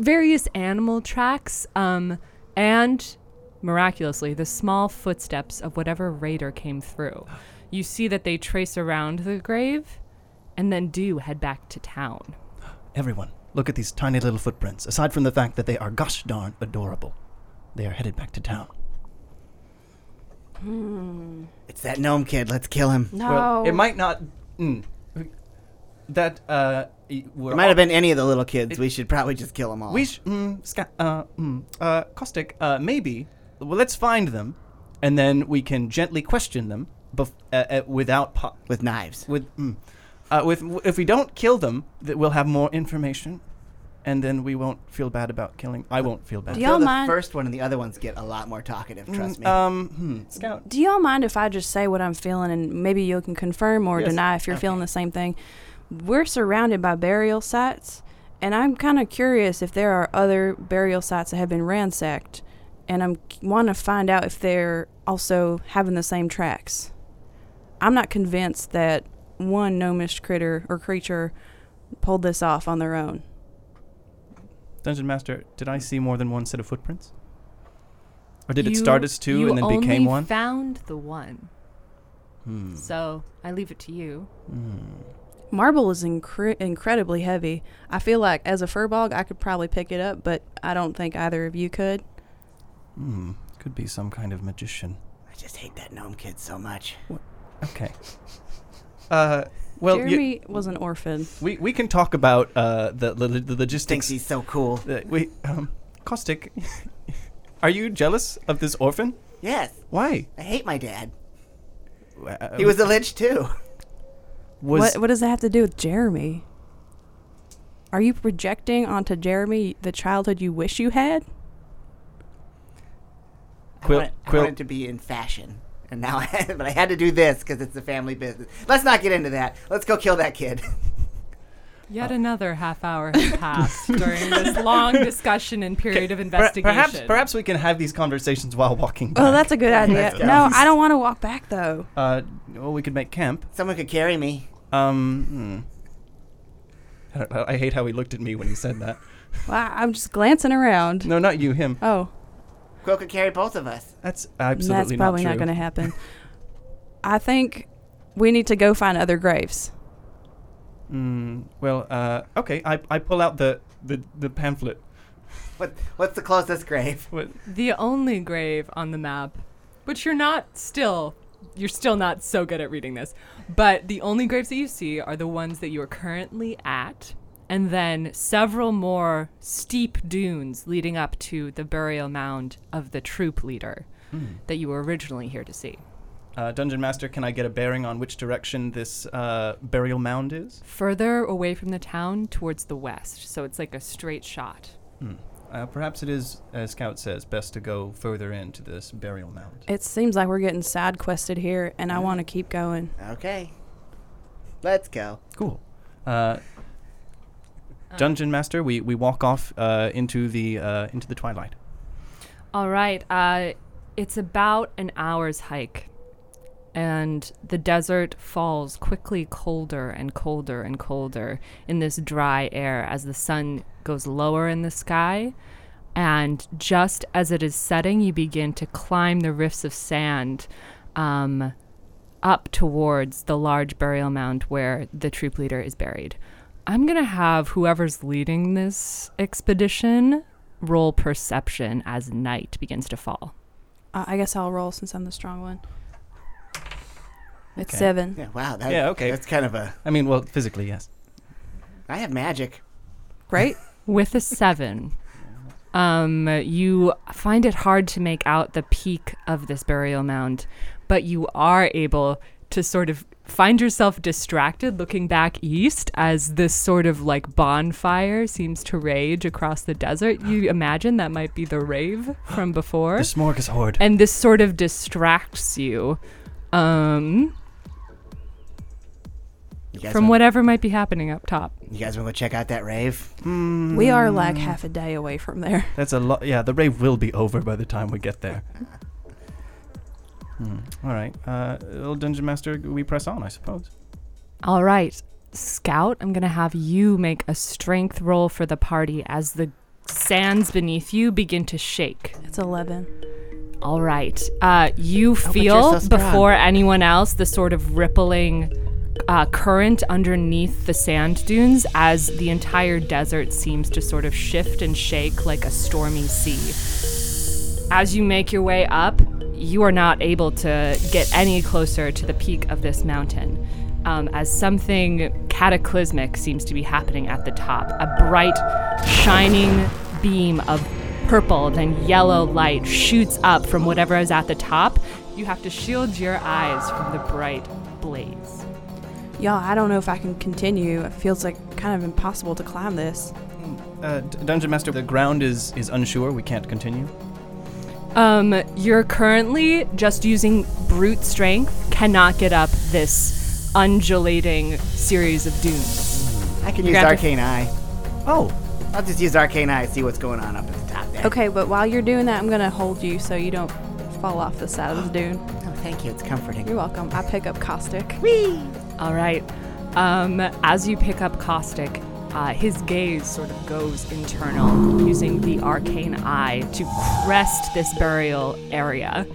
various animal tracks, um, and miraculously, the small footsteps of whatever raider came through. You see that they trace around the grave, and then do head back to town. Everyone, look at these tiny little footprints. Aside from the fact that they are gosh darn adorable, they are headed back to town. It's that gnome kid. Let's kill him. [laughs] No. Well, it might not. Mm, that uh, y- we're It might all- have been any of the little kids. We should probably just kill them all. We sh- mm, sca- uh, mm, uh, caustic. Uh, maybe. Well, let's find them, and then we can gently question them bef- uh, uh, without po- with knives. with mm, uh, with if we don't kill them, that we'll have more information, and then we won't feel bad about killing. I won't feel bad. Do y'all Kill the mind? first one and the other ones get a lot more talkative. Trust me. Um, hmm, scout. Do y'all mind if I just say what I'm feeling and maybe you can confirm or Yes. deny if you're feeling the same thing? We're surrounded by burial sites, and I'm kind of curious if there are other burial sites that have been ransacked, and I'm want to find out if they're also having the same tracks. I'm not convinced that one gnomish critter or creature pulled this off on their own. Dungeon Master, did I see more than one set of footprints? Or did it You- start as two you and then only became one? Hmm. Found the one. So I leave it to you. Marble is incre- incredibly heavy. I feel like as a furbog, I could probably pick it up, but I don't think either of you could. Hmm, could be some kind of magician. I just hate that gnome kid so much. Okay. Uh, well, you- Jeremy was an orphan. we we can talk about uh the the, the Thinks logistics. he's so cool. Uh, we um, caustic. Are you jealous of this orphan? Yes, Why? I hate my dad. Uh, He was a lich too. was what, what does that have to do with Jeremy? Are you projecting onto Jeremy the childhood you wish you had? Quill- I, wanted, I Quill- wanted to be in fashion, and now, [laughs] I, but I had to do this because it's the family business. Let's not get into that. Let's go kill that kid. [laughs] Uh, Yet another half [laughs] hour has passed during this long discussion and period of Per- investigation. perhaps perhaps we can have these conversations while walking. Back. Oh, that's a good idea. Let's go. No, I don't want to walk back though. uh, well, we could make camp. Someone could carry me. Um, hmm. I, don't know. I hate how he looked at me when he said that. Well, I- I'm just glancing [laughs] around. No, not you, him. Oh, Quill could carry both of us. That's absolutely that's probably not not, true. going to happen. I think we need to go find other graves. Mm, well, uh, okay. I, I pull out the the, the pamphlet. What, what's the closest grave? What? the only grave on the map, which you're not still, you're still not so good at reading this, but the only graves that you see are the ones that you are currently at, and then several more steep dunes leading up to the burial mound of the troop leader Hmm. that you were originally here to see. Uh, Dungeon Master, can I get a bearing on which direction this uh, burial mound is? Further away from the town towards the west, so it's like a straight shot. Uh, perhaps it is, as Scout says, best to go further into this burial mound. It seems like we're getting side quested here, and I want to keep going. Okay, let's go. Cool. Uh, Dungeon Master, we, we walk off uh, into the uh, into the twilight. All right. Uh, it's about an hour's hike, and the desert falls quickly colder and colder and colder in this dry air as the sun goes lower in the sky. And just as it is setting, you begin to climb the rifts of sand um, up towards the large burial mound where the troop leader is buried. I'm going to have whoever's leading this expedition roll perception as night begins to fall. I I guess I'll roll since I'm the strong one. It's Okay. seven. Yeah, wow. That, Yeah, okay. That's kind of a. I mean, well, physically, yes. I have magic. Great. with a seven, um, you find it hard to make out the peak of this burial mound, but you are able to sort of find yourself distracted looking back east as this sort of like bonfire seems to rage across the desert. You imagine that might be the rave from before The smorgasbord. and this sort of distracts you um, You guys from wanna- whatever might be happening up top. You guys want to go check out that rave? We are like half a day away from there. That's a lot. Yeah, the rave will be over by the time we get there. Hmm. All right, uh, little dungeon master, we press on, I suppose. All right, Scout, I'm going to have you make a strength roll for the party as the sands beneath you begin to shake. It's 11. All right. Uh, you but feel you're so strong. before anyone else the sort of rippling uh, current underneath the sand dunes as the entire desert seems to sort of shift and shake like a stormy sea. As you make your way up, you are not able to get any closer to the peak of this mountain. Um, as something cataclysmic seems to be happening at the top. A bright, shining beam of purple, then yellow light shoots up from whatever is at the top. You have to shield your eyes from the bright blaze. Y'all, I don't know if I can continue. It feels like kind of impossible to climb this. Uh, d- dungeon master, the ground is is unsure. We can't continue. Um, you're currently just using brute strength, cannot get up this undulating series of dunes. I can use got the- Arcane Eye. Oh, I'll just use Arcane Eye and see what's going on up at the top there. Okay, but while you're doing that, I'm going to hold you so you don't fall off the side of the dune. Oh, thank you. It's comforting. You're welcome. I pick up caustic. All right. Um, as you pick up Caustic, uh, his gaze sort of goes internal, using the arcane eye to crest this burial area.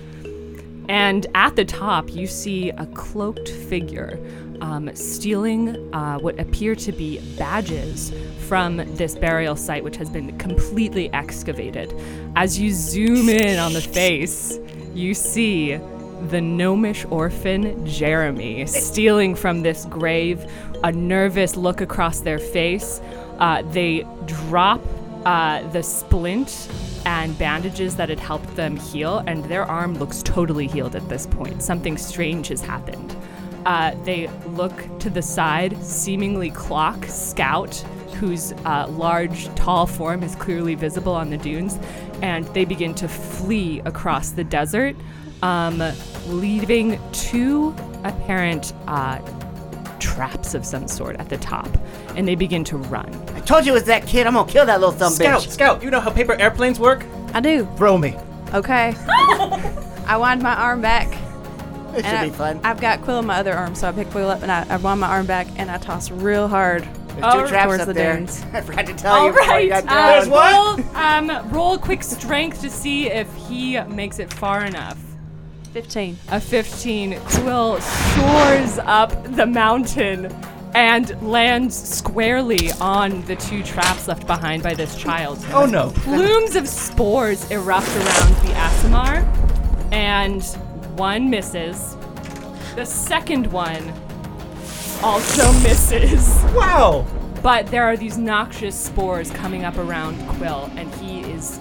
And at the top, you see a cloaked figure um, stealing uh, what appear to be badges from this burial site, which has been completely excavated. As you zoom in on the face, you see the gnomish orphan Jeremy stealing from this grave, a nervous look across their face. Uh, they drop uh, the splint and bandages that had helped them heal, and their arm looks totally healed at this point. Something strange has happened. Uh, they look to the side, seemingly clock Scout, whose uh, large, tall form is clearly visible on the dunes, and they begin to flee across the desert, um, leaving two apparent uh, traps of some sort at the top, and they begin to run. I told you it was that kid. I'm gonna kill that little thumb scout, bitch. scout, you know how paper airplanes work? I do. Throw me. [laughs] Okay. I wind my arm back. This should I, be fun. I've got Quill in my other arm, so I pick Quill up and I, I wind my arm back and I toss real hard. There's two traps towards up the there. dunes. [laughs] I forgot to tell All you. before you right. got uh, down. Roll, um, roll quick strength to see if he makes it far enough. 15. A 15. Quill soars up the mountain and lands squarely on the two traps left behind by this child. [laughs] Oh no. Plumes of spores erupt around the Asimar, and one misses. The second one also misses. Wow. But there are these noxious spores coming up around Quill, and he is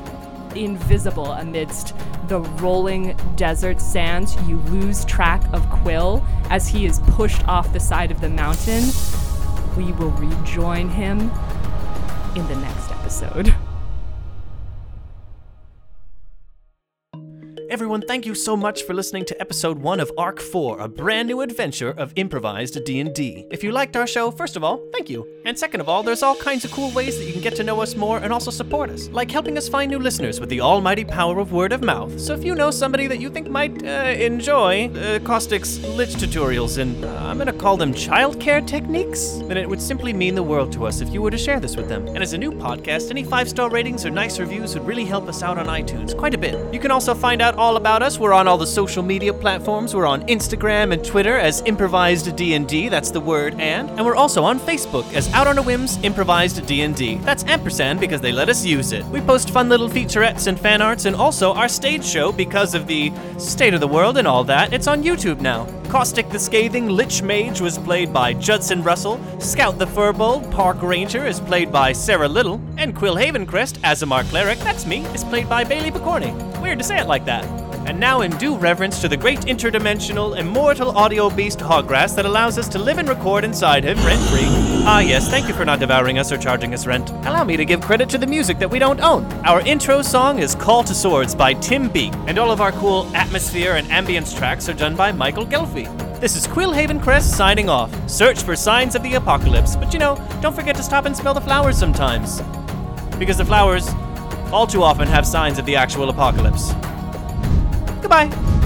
invisible amidst the rolling desert sands. You lose track of Quill as he is pushed off the side of the mountain. We will rejoin him in the next episode. Everyone, thank you so much for listening to episode 1 of Arc 4, a brand new adventure of improvised D&D. If you liked our show, first of all, thank you. And second of all, there's all kinds of cool ways that you can get to know us more and also support us, like helping us find new listeners with the almighty power of word of mouth. So if you know somebody that you think might uh, enjoy uh, Caustic's lich tutorials and uh, I'm going to call them childcare techniques, then it would simply mean the world to us if you were to share this with them. And as a new podcast, any five-star ratings or nice reviews would really help us out on iTunes quite a bit. You can also find out all about us. We're on all the social media platforms. We're on Instagram and Twitter as Improvised D&D. That's the word and. And we're also on Facebook as Out on a Whim's Improvised D&D. That's ampersand because they let us use it. We post fun little featurettes and fan arts and also our stage show because of the state of the world and all that. It's on YouTube now. Caustic the Scathing Lich Mage was played by Judson Russell. Scout the Furbold Park Ranger is played by Sarah Little. And Quill Havencrest, Azamar Cleric, that's me, is played by Bailey Picorni. Weird to say it like that. And now, in due reverence to the great interdimensional, immortal audio beast Hoggrass that allows us to live and record inside him rent free. Ah, yes, thank you for not devouring us or charging us rent. Allow me to give credit to the music that we don't own. Our intro song is Call to Swords by Tim Beek, and all of our cool atmosphere and ambience tracks are done by Michael Gelfie. This is Quill Havencrest signing off. Search for signs of the apocalypse, but you know, don't forget to stop and smell the flowers sometimes. Because the flowers all too often have signs of the actual apocalypse. Goodbye.